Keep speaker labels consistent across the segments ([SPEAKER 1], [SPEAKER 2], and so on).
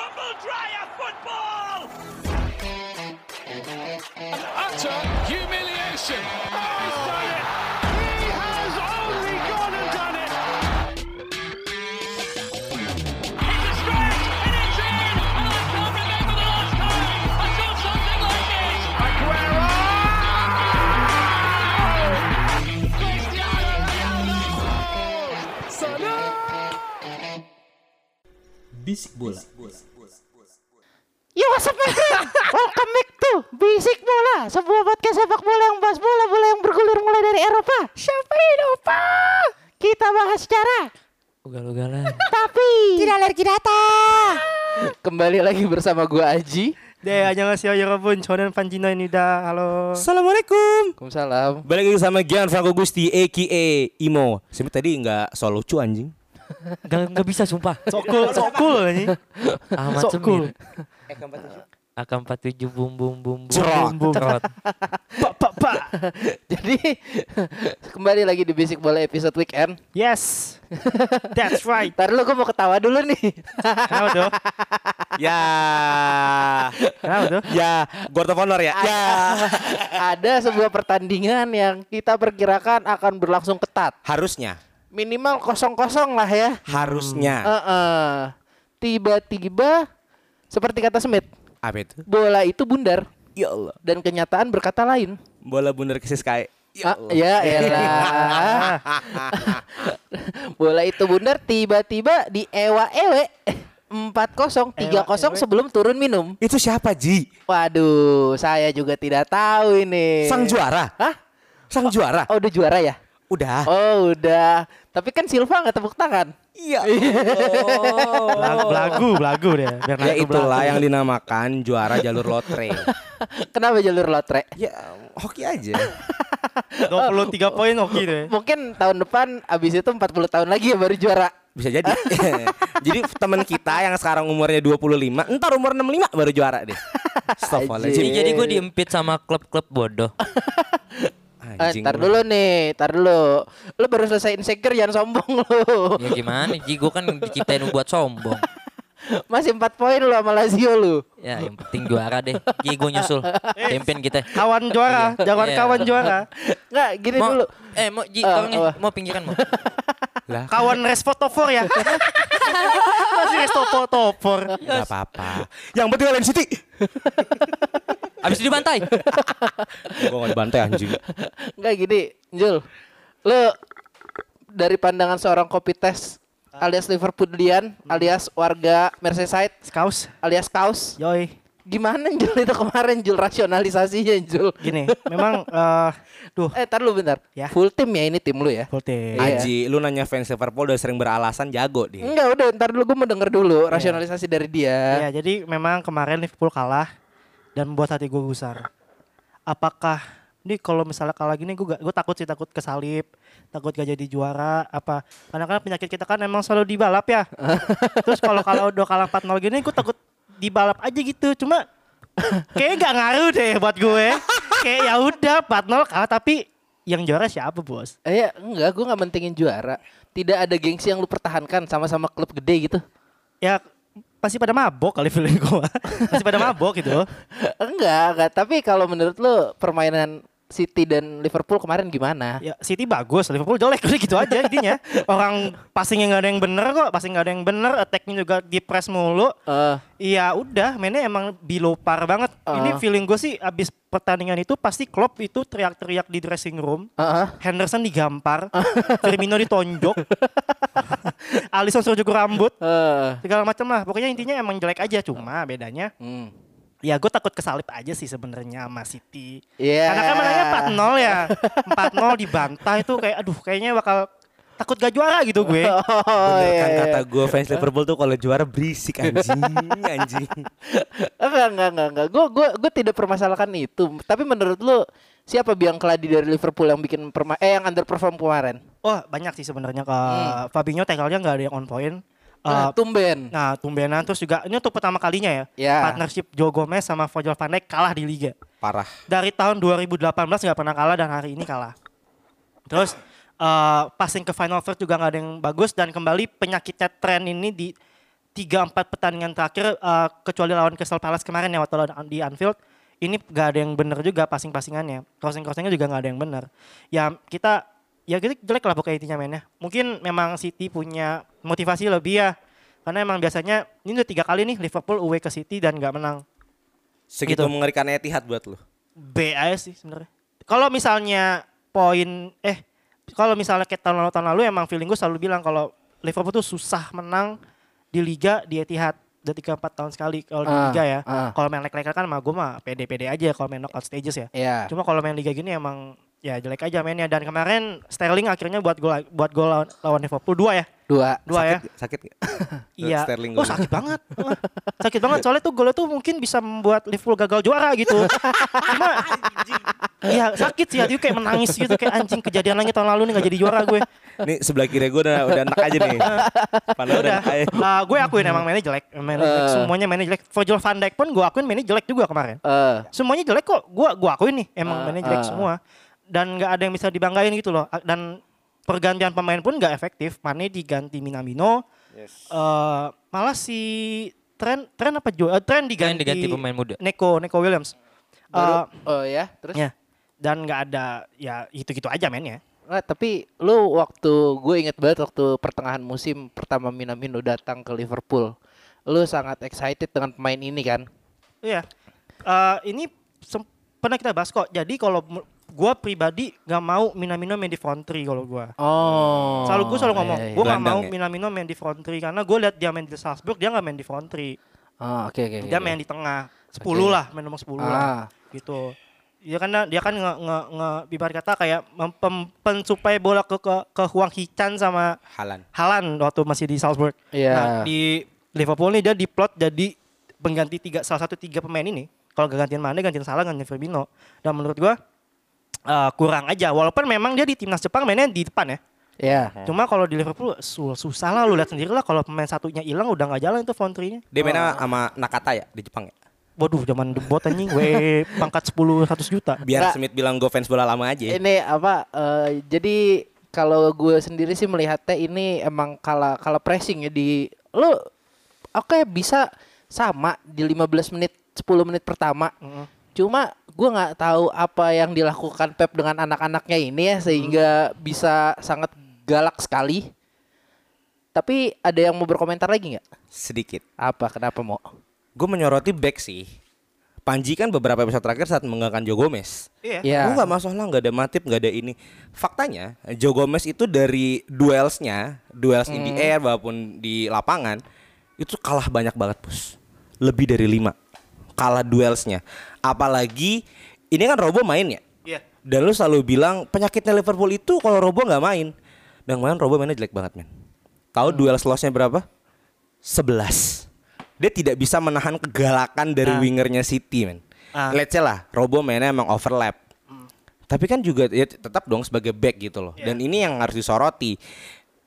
[SPEAKER 1] Australia football!
[SPEAKER 2] Utter humiliation.
[SPEAKER 1] It's a stretch and it's in! And I can't remember the last time I saw something like this! Aguero! Cristiano Ronaldo!
[SPEAKER 3] Bisik bola.
[SPEAKER 4] Yo what's up man? Ya, Welcome back to Basic Bola Sebuah podcast sepak bola yang bahas bola-bola yang bergulir mulai dari Eropa Sampai Eropa Kita bahas secara
[SPEAKER 5] Ugal-ugalan.
[SPEAKER 4] Tapi Tidak alergi data
[SPEAKER 5] Kembali lagi bersama gua Aji.
[SPEAKER 6] 네 안녕하세요 여러분 저는 반지너입니다 할로
[SPEAKER 3] Assalamualaikum.
[SPEAKER 5] Waalaikumsalam.
[SPEAKER 7] Balik lagi sama Gianfranco Gusti
[SPEAKER 5] Eh,
[SPEAKER 7] aka Imo. Sampai tadi nggak so lucu anjing.
[SPEAKER 5] Gak, gak bisa sumpah.
[SPEAKER 6] 저쿨 저쿨 아니
[SPEAKER 5] Ahmad
[SPEAKER 6] Sok cool.
[SPEAKER 5] Semir. ya. AK47 bum bum bum bum.
[SPEAKER 7] Cerot.
[SPEAKER 5] bum, bum, cerot.
[SPEAKER 6] 빠빠빠
[SPEAKER 5] Jadi kembali lagi di Basic Bola episode weekend.
[SPEAKER 6] yes that's right
[SPEAKER 5] Ntar lu gua mau ketawa dulu nih.
[SPEAKER 6] kenapa tuh
[SPEAKER 7] ya.
[SPEAKER 6] kenapa tuh
[SPEAKER 7] Ya, Guard of Honor ya. Ya.
[SPEAKER 5] Ada sebuah pertandingan yang kita perkirakan akan berlangsung ketat.
[SPEAKER 7] Harusnya.
[SPEAKER 5] Minimal kosong-kosong lah ya.
[SPEAKER 4] Nah.
[SPEAKER 7] Harusnya.
[SPEAKER 5] Heeh. Tiba-tiba seperti kata Smith,
[SPEAKER 7] Apa itu?
[SPEAKER 5] bola itu bundar
[SPEAKER 7] Ya Allah.
[SPEAKER 5] dan kenyataan berkata lain.
[SPEAKER 7] Bola bundar ke Sky.
[SPEAKER 5] Ya, ya elah. Bola itu bundar tiba-tiba di ewa-ewe 4-0, 3-0 sebelum turun minum.
[SPEAKER 7] Itu siapa, Ji?
[SPEAKER 5] Waduh, saya juga tidak tahu ini.
[SPEAKER 7] Sang juara. Ah.
[SPEAKER 5] Hah?
[SPEAKER 7] Sang juara.
[SPEAKER 5] Oh, udah juara ya?
[SPEAKER 7] Udah.
[SPEAKER 5] Oh, udah. Tapi kan Silva nggak tepuk tangan.
[SPEAKER 7] Iya. Allah.
[SPEAKER 6] 라구 라구 라구 그래 biar
[SPEAKER 7] Oh. ya
[SPEAKER 6] lagu
[SPEAKER 7] itulah
[SPEAKER 6] belagu.
[SPEAKER 7] yang dinamakan juara jalur lotre.
[SPEAKER 5] Kenapa jalur lotre?
[SPEAKER 7] ya, hoki aja.
[SPEAKER 6] 너 별로 tiga poin oke deh
[SPEAKER 5] Mungkin tahun depan abis itu 40 tahun lagi ya baru juara.
[SPEAKER 7] Bisa jadi. jadi teman kita yang sekarang umurnya 25, entar umur 65 baru juara deh.
[SPEAKER 5] Anjing.
[SPEAKER 7] Astagfirullahaladzim.
[SPEAKER 5] Jadi gua
[SPEAKER 8] diempit sama klub-klub bodoh.
[SPEAKER 5] Eh, ntar dulu nih, ntar dulu. Lu baru selesai insecure jangan sombong lu.
[SPEAKER 7] Iya,
[SPEAKER 8] ya gimana? Ji, gue kan diciptain buat sombong.
[SPEAKER 5] Masih 4 poin lu sama Lazio lu.
[SPEAKER 8] Ya yang penting juara deh. Ji, gue nyusul. Champion kita.
[SPEAKER 6] Eh. kawan juara jangan
[SPEAKER 8] Iya.
[SPEAKER 6] kawan juara
[SPEAKER 5] Nggak, gini
[SPEAKER 8] Mau,
[SPEAKER 5] dulu.
[SPEAKER 8] eh mau Ji,
[SPEAKER 5] Eh,
[SPEAKER 8] tolong ya.
[SPEAKER 5] apa?
[SPEAKER 8] Mau pinggiran mau.
[SPEAKER 6] kawan respotofor ya masih respotofor
[SPEAKER 7] Gak apa-apa. Yang penting lain City.
[SPEAKER 8] Abis itu dibantai.
[SPEAKER 7] Gue gak dibantai anjing.
[SPEAKER 5] Nggak gini, Jul. Lu dari pandangan seorang kopites alias Liverpoolian, alias warga Merseyside,
[SPEAKER 6] skaus
[SPEAKER 5] alias Kaus.
[SPEAKER 6] yoi
[SPEAKER 5] Gimana Jul itu kemarin Jul rasionalisasinya Jul?
[SPEAKER 6] gini memang eh duh
[SPEAKER 5] Eh, tar lu bentar.
[SPEAKER 6] Ya.
[SPEAKER 5] Full tim ya ini tim lu ya?
[SPEAKER 6] volte
[SPEAKER 5] Iya.
[SPEAKER 7] Aji, lu nanya fans Liverpool udah sering beralasan jago dia.
[SPEAKER 5] Enggak, udah ntar dulu gue mau denger
[SPEAKER 6] Iya.
[SPEAKER 5] dulu rasionalisasi dari dia.
[SPEAKER 6] Ya, jadi memang kemarin Liverpool kalah dan membuat hati gue gusar. Apakah ini kalau misalnya kalah gini gue gue takut sih takut kesalip, takut gak jadi juara apa. Karena kan penyakit kita kan emang selalu dibalap ya. Terus kalau kalau udah kalah 4-0 gini gue takut dibalap aja gitu. Cuma kayaknya nggak ngaruh deh buat gue. Kayak ya udah 4-0 kalah tapi yang juara siapa bos?
[SPEAKER 5] Eh, ya, enggak, gue nggak mentingin juara. Tidak ada gengsi yang lu pertahankan sama-sama klub gede gitu.
[SPEAKER 6] Ya pasti pada mabok kali feeling gue. pasti pada mabok gitu.
[SPEAKER 5] enggak, enggak. Tapi kalau menurut lu permainan City dan Liverpool kemarin gimana?
[SPEAKER 6] Ya City bagus, Liverpool jelek udah gitu aja intinya. Orang passingnya nggak ada yang bener kok, passing nggak ada yang bener, attacknya juga di press mulu.
[SPEAKER 5] Eh,
[SPEAKER 6] Iya udah, mainnya emang below par banget.
[SPEAKER 5] Ah.
[SPEAKER 6] Ini feeling gue sih abis pertandingan itu pasti Klopp itu teriak-teriak di dressing room.
[SPEAKER 5] heeh.
[SPEAKER 6] Henderson digampar, Firmino ditonjok, Alisson suruh cukur rambut,
[SPEAKER 5] Eh,
[SPEAKER 6] segala macam lah. Pokoknya intinya emang jelek aja, cuma bedanya
[SPEAKER 5] hmm.
[SPEAKER 6] ya gue takut kesalip aja sih sebenarnya sama City.
[SPEAKER 5] Iya.
[SPEAKER 6] Karena kan menangnya 4-0 ya. 4-0 dibantai tuh kayak aduh kayaknya bakal takut gak juara gitu gue.
[SPEAKER 5] Oh,
[SPEAKER 7] Bener
[SPEAKER 5] iya,
[SPEAKER 7] kan
[SPEAKER 5] iya.
[SPEAKER 7] kata gue fans Liverpool tuh kalau juara berisik anjing, anjing.
[SPEAKER 5] Enggak, enggak, enggak, enggak. Gue gua, gua tidak permasalahkan itu. Tapi menurut lu siapa biang keladi dari Liverpool yang bikin perma eh yang underperform kemarin?
[SPEAKER 6] Wah, banyak sih sebenarnya ke Fabinho tackle-nya gak ada yang on point. Eh,
[SPEAKER 5] Ah, tumben.
[SPEAKER 6] nah, tumbenan terus juga ini untuk pertama kalinya ya.
[SPEAKER 5] Ya.
[SPEAKER 6] Partnership Joe Gomez sama Virgil van Dijk kalah di liga.
[SPEAKER 7] Parah.
[SPEAKER 6] Dari tahun 2018 nggak pernah kalah dan hari ini kalah. Terus eh passing ke final third juga nggak ada yang bagus dan kembali penyakitnya tren ini di tiga empat pertandingan terakhir eh, kecuali lawan Crystal Palace kemarin ya waktu lawan di Anfield ini gak ada yang bener juga passing-passingannya crossing-crossingnya juga gak ada yang bener ya kita ya gitu jelek lah pokoknya intinya mainnya mungkin memang City punya motivasi lebih ya karena emang biasanya ini udah tiga kali nih Liverpool away ke City dan gak menang
[SPEAKER 7] Segitu
[SPEAKER 6] Gitu.
[SPEAKER 7] mengerikan Etihad buat lu.
[SPEAKER 6] B aja sih sebenarnya. Kalau misalnya poin eh kalau misalnya kayak tahun lalu tahun lalu emang feeling gue selalu bilang kalau Liverpool tuh susah menang di liga di Etihad udah tiga empat tahun sekali kalau di
[SPEAKER 5] Ah,
[SPEAKER 6] liga ya.
[SPEAKER 5] ah.
[SPEAKER 6] Kalau main leg-leg kan mah gue mah pede-pede aja kalau main knockout stages ya.
[SPEAKER 5] Ya.
[SPEAKER 6] Cuma kalau main liga gini emang ya jelek aja mainnya dan kemarin Sterling akhirnya buat gol buat gol lawan, lawan Liverpool dua ya.
[SPEAKER 5] Dua.
[SPEAKER 6] Dua ya.
[SPEAKER 7] Sakit gak?
[SPEAKER 6] Iya.
[SPEAKER 7] Sterling
[SPEAKER 6] oh
[SPEAKER 7] golnya.
[SPEAKER 6] sakit banget. Heeh. sakit banget soalnya tuh golnya tuh mungkin bisa membuat Liverpool gagal juara gitu. Cuma Iya sakit sih hati gue kayak menangis gitu kayak anjing kejadian lagi tahun lalu nih gak jadi juara gue.
[SPEAKER 7] Nih sebelah kiri gue udah, udah enak aja nih. Padahal udah
[SPEAKER 6] Udah.
[SPEAKER 7] enak aja.
[SPEAKER 6] Ah, gue akuin emang mainnya jelek. Mainnya jelek. Semuanya mainnya jelek. Virgil van Dijk pun gue akuin mainnya jelek juga kemarin.
[SPEAKER 5] Eh,
[SPEAKER 6] Semuanya jelek kok. Gue gua akuin nih emang
[SPEAKER 5] Ah,
[SPEAKER 6] mainnya jelek
[SPEAKER 5] ah.
[SPEAKER 6] semua. Dan gak ada yang bisa dibanggain gitu loh. A- Dan pergantian pemain pun gak efektif. Mane diganti Minamino. Eh, malah si Tren Tren apa Jo? eh, Tren diganti,
[SPEAKER 8] Trent diganti pemain muda.
[SPEAKER 6] Neko Neko Williams.
[SPEAKER 5] baru-
[SPEAKER 6] Eh,
[SPEAKER 5] oh ya, terus.
[SPEAKER 6] ya. Dan nggak ada ya gitu-gitu aja mainnya.
[SPEAKER 5] Nah, tapi lu waktu gue inget banget waktu pertengahan musim pertama Minamino datang ke Liverpool. Lu sangat excited dengan pemain ini kan?
[SPEAKER 6] Iya. Eh, ini sem- pernah kita bahas kok. Jadi kalau mu- gua pribadi nggak mau Minamino main di front three kalau gua.
[SPEAKER 5] Oh.
[SPEAKER 6] Selalu gue selalu ngomong,
[SPEAKER 5] iya, iya.
[SPEAKER 6] gue nggak
[SPEAKER 7] Gelandang
[SPEAKER 6] mau
[SPEAKER 7] ya?
[SPEAKER 6] Minamino main di front three karena gue lihat dia main di Salzburg dia nggak main di front three,
[SPEAKER 5] Oh, oke oke.
[SPEAKER 6] dia main di tengah, 10
[SPEAKER 5] Oke.
[SPEAKER 6] lah, main nomor 10
[SPEAKER 5] Ah.
[SPEAKER 6] lah, gitu. Dia kan dia kan nge, nge, nge ibarat kata kayak mem- pem- pensuplai bola ke ke, ke Huang Hichan sama
[SPEAKER 7] Halan.
[SPEAKER 6] Halan waktu masih di Salzburg.
[SPEAKER 5] Iya.
[SPEAKER 6] Nah, di Liverpool ini dia diplot jadi pengganti tiga salah satu tiga pemain ini. Kalau gak gantiin Mane, gantiin Salah, gantiin Firmino. Dan menurut gua eh, kurang aja. Walaupun memang dia di timnas Jepang mainnya di depan ya.
[SPEAKER 5] Ya.
[SPEAKER 7] Eh.
[SPEAKER 6] Cuma kalau di Liverpool su- susah lah lu lihat sendiri lah kalau pemain satunya hilang udah nggak jalan itu Fontrinya.
[SPEAKER 7] Dia
[SPEAKER 5] Oh.
[SPEAKER 7] mainnya sama Nakata ya di Jepang ya.
[SPEAKER 6] Waduh zaman debot anjing we pangkat 10 100 juta.
[SPEAKER 7] Biar
[SPEAKER 5] Nggak.
[SPEAKER 7] Smith bilang gue fans bola lama aja.
[SPEAKER 5] Ini apa? eh, jadi kalau gue sendiri sih melihatnya ini emang kala kala pressing ya di lu oke bisa sama di 15 menit 10 menit pertama. Cuma gue nggak tahu apa yang dilakukan Pep dengan anak-anaknya ini ya sehingga bisa sangat galak sekali. Tapi ada yang mau berkomentar lagi nggak?
[SPEAKER 7] Sedikit.
[SPEAKER 5] Apa? Kenapa mau?
[SPEAKER 7] Gue menyoroti back sih. Panji kan beberapa episode terakhir saat menggankan Joe Gomez.
[SPEAKER 6] Iya.
[SPEAKER 5] Ya.
[SPEAKER 7] Gue nggak masalah nggak ada matip nggak ada ini. Faktanya Joe Gomez itu dari duelsnya, duels in the air maupun di lapangan itu kalah banyak banget pus. Lebih dari lima kalah duelsnya. Apalagi ini kan Robo main ya.
[SPEAKER 6] Iya.
[SPEAKER 7] Dan lu selalu bilang penyakitnya Liverpool itu kalau Robo nggak main. Dan kemarin Robo mainnya jelek banget men. Tahu duel lossnya berapa? 11. Dia tidak bisa menahan kegalakan dari wingernya City men.
[SPEAKER 6] Ah.
[SPEAKER 7] Let's say lah Robo mainnya emang overlap. Tapi kan juga ya tetap dong sebagai back gitu loh. Dan ini yang harus disoroti.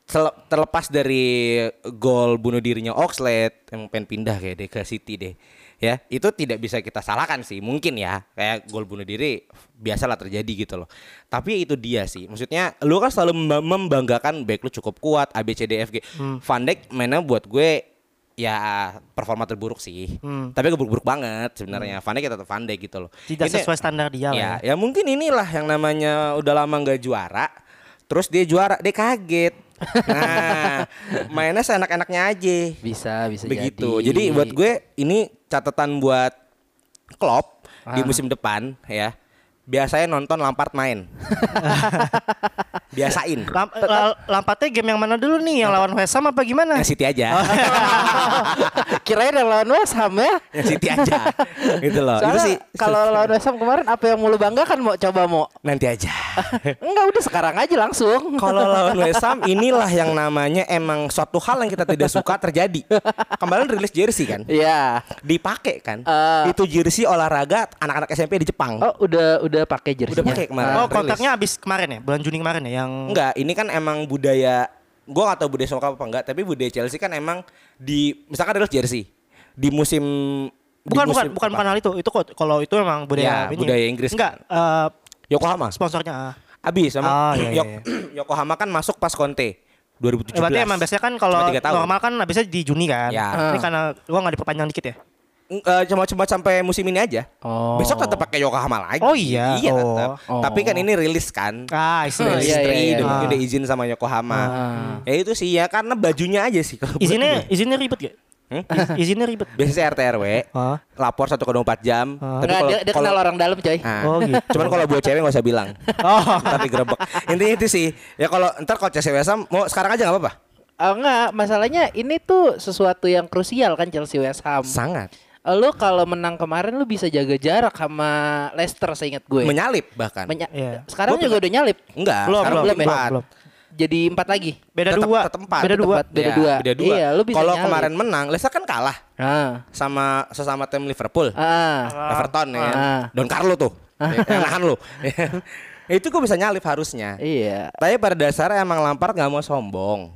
[SPEAKER 7] Tele- Terlepas dari gol bunuh dirinya Oxlade yang pengen pindah kayak deh ke City deh. Ya, itu tidak bisa kita salahkan sih. Mungkin ya, kayak gol bunuh diri biasalah terjadi gitu loh. Tapi itu dia sih. Maksudnya lu kan selalu memba- membanggakan back lu cukup kuat A B C D F G. Van Dijk mainnya buat gue ya performa terburuk sih. Tapi keburuk-buruk banget sebenarnya. Van Dijk ya tetap Van Dijk gitu loh.
[SPEAKER 6] Tidak
[SPEAKER 7] Ini-
[SPEAKER 6] sesuai standar
[SPEAKER 7] ya,
[SPEAKER 6] dia lah.
[SPEAKER 7] ya
[SPEAKER 6] ya.
[SPEAKER 7] mungkin inilah yang namanya udah lama nggak juara. Terus dia juara, dia kaget. Nah, mainnya seenak-enaknya aja.
[SPEAKER 5] Bisa, bisa
[SPEAKER 7] Begitu.
[SPEAKER 5] jadi.
[SPEAKER 7] Jadi buat gue ini catatan buat Klopp di
[SPEAKER 5] Ah.
[SPEAKER 7] musim depan ya. Biasanya nonton Lampard main. Biasain.
[SPEAKER 6] Lam- la- Lampatnya game yang mana dulu nih yang lawan West Ham apa gimana?
[SPEAKER 7] Yang City
[SPEAKER 5] Oh.
[SPEAKER 7] aja.
[SPEAKER 5] Kirain yang lawan West Ham ya.
[SPEAKER 7] Yang City aja. gitu loh.
[SPEAKER 5] Soalnya
[SPEAKER 7] Itu sih
[SPEAKER 5] kalau lawan West Ham kemarin apa yang mau lu banggakan mau coba mau?
[SPEAKER 7] nanti aja.
[SPEAKER 5] Enggak udah sekarang aja langsung.
[SPEAKER 7] Kalau lawan West Ham inilah yang namanya emang suatu hal yang kita tidak suka terjadi. Kemarin rilis jersey kan,
[SPEAKER 5] Iya.
[SPEAKER 7] dipakai kan.
[SPEAKER 5] Eh.
[SPEAKER 7] Itu jersey olahraga anak-anak SMP di Jepang.
[SPEAKER 5] Oh udah udah pakai jersey.
[SPEAKER 7] Udah pakai kemarin.
[SPEAKER 6] Oh
[SPEAKER 7] rilis.
[SPEAKER 6] kontraknya habis kemarin ya bulan Juni kemarin ya yang
[SPEAKER 7] Enggak, ini kan emang budaya gua gak tahu budaya Songkap apa enggak, tapi budaya Chelsea kan emang di misalkan rilis jersey di musim di
[SPEAKER 6] bukan bukan
[SPEAKER 7] musim
[SPEAKER 6] bukan
[SPEAKER 7] apa?
[SPEAKER 6] bukan hal itu itu kok kalau itu emang budaya
[SPEAKER 7] Ya, budaya Inggris.
[SPEAKER 6] enggak eh,
[SPEAKER 7] Yokohama.
[SPEAKER 6] sponsornya ah.
[SPEAKER 7] Abis sama
[SPEAKER 6] Ah, iya, iya,
[SPEAKER 7] Yok- Yokohama kan masuk pas Conte. 2017.
[SPEAKER 6] Eh, berarti emang biasanya kan kalau
[SPEAKER 7] Cuma tiga tahun.
[SPEAKER 6] normal kan habisnya di Juni kan.
[SPEAKER 7] Ya.
[SPEAKER 6] Ini karena gua nggak diperpanjang dikit ya.
[SPEAKER 7] Eh, cuma cuma sampai musim ini aja.
[SPEAKER 5] Oh.
[SPEAKER 7] Besok tetap pakai Yokohama lagi.
[SPEAKER 6] Oh iya.
[SPEAKER 7] Iya
[SPEAKER 6] Oh.
[SPEAKER 7] tetap.
[SPEAKER 5] Oh.
[SPEAKER 7] Tapi kan ini rilis kan.
[SPEAKER 6] Ah,
[SPEAKER 5] Oh,
[SPEAKER 6] istilah.
[SPEAKER 7] Rilis
[SPEAKER 5] iya,
[SPEAKER 7] three,
[SPEAKER 5] iya,
[SPEAKER 7] dan
[SPEAKER 6] iya.
[SPEAKER 7] mungkin
[SPEAKER 6] Ah.
[SPEAKER 7] udah izin sama Yokohama.
[SPEAKER 5] Ah.
[SPEAKER 7] Ya itu sih ya karena bajunya aja sih kalau buat
[SPEAKER 6] Izinnya
[SPEAKER 7] gue.
[SPEAKER 6] izinnya ribet gak?
[SPEAKER 7] Hmm?
[SPEAKER 6] Izinnya ribet.
[SPEAKER 7] biasanya RT RW
[SPEAKER 6] Ah.
[SPEAKER 7] lapor 1,4 jam.
[SPEAKER 5] Nggak,
[SPEAKER 7] Tapi
[SPEAKER 6] Ah.
[SPEAKER 7] kalau
[SPEAKER 5] dia, dia
[SPEAKER 7] kalau-
[SPEAKER 5] kenal orang dalam coy.
[SPEAKER 7] Nah,
[SPEAKER 6] Oh, gitu.
[SPEAKER 7] Cuman kalau buat cewek gak usah bilang.
[SPEAKER 6] Oh.
[SPEAKER 7] Ntar digerebek. Intinya itu sih. Ya kalau ntar kalau cewek Wesam mau sekarang aja gak apa-apa.
[SPEAKER 5] Oh, enggak, masalahnya ini tuh sesuatu yang krusial kan Chelsea West Ham.
[SPEAKER 7] Sangat.
[SPEAKER 5] Lu kalau menang kemarin lu bisa jaga jarak sama Leicester seingat gue.
[SPEAKER 7] Menyalip bahkan.
[SPEAKER 5] Menya-
[SPEAKER 6] Iya.
[SPEAKER 5] Sekarang
[SPEAKER 7] Gua
[SPEAKER 5] juga udah nyalip.
[SPEAKER 7] Enggak.
[SPEAKER 6] Belum,
[SPEAKER 7] sekarang
[SPEAKER 5] belum,
[SPEAKER 7] empat.
[SPEAKER 6] belum.
[SPEAKER 5] Jadi empat lagi.
[SPEAKER 6] Beda
[SPEAKER 7] Tetep-
[SPEAKER 6] dua.
[SPEAKER 7] tetep empat.
[SPEAKER 6] Beda
[SPEAKER 7] Tetep
[SPEAKER 6] dua.
[SPEAKER 5] empat. Beda
[SPEAKER 7] Ya,
[SPEAKER 5] dua.
[SPEAKER 7] Beda dua.
[SPEAKER 5] Iya, lu bisa
[SPEAKER 7] Kalau
[SPEAKER 5] nyalip.
[SPEAKER 7] kemarin menang, Leicester kan kalah
[SPEAKER 5] Ah.
[SPEAKER 7] sama sesama tim Liverpool.
[SPEAKER 5] Ah.
[SPEAKER 7] Everton ya.
[SPEAKER 5] Ah.
[SPEAKER 7] Don Carlo tuh. Ya, Yang nahan lu. itu gue bisa nyalip harusnya.
[SPEAKER 5] Iya.
[SPEAKER 7] Tapi pada dasarnya emang Lampard nggak mau sombong,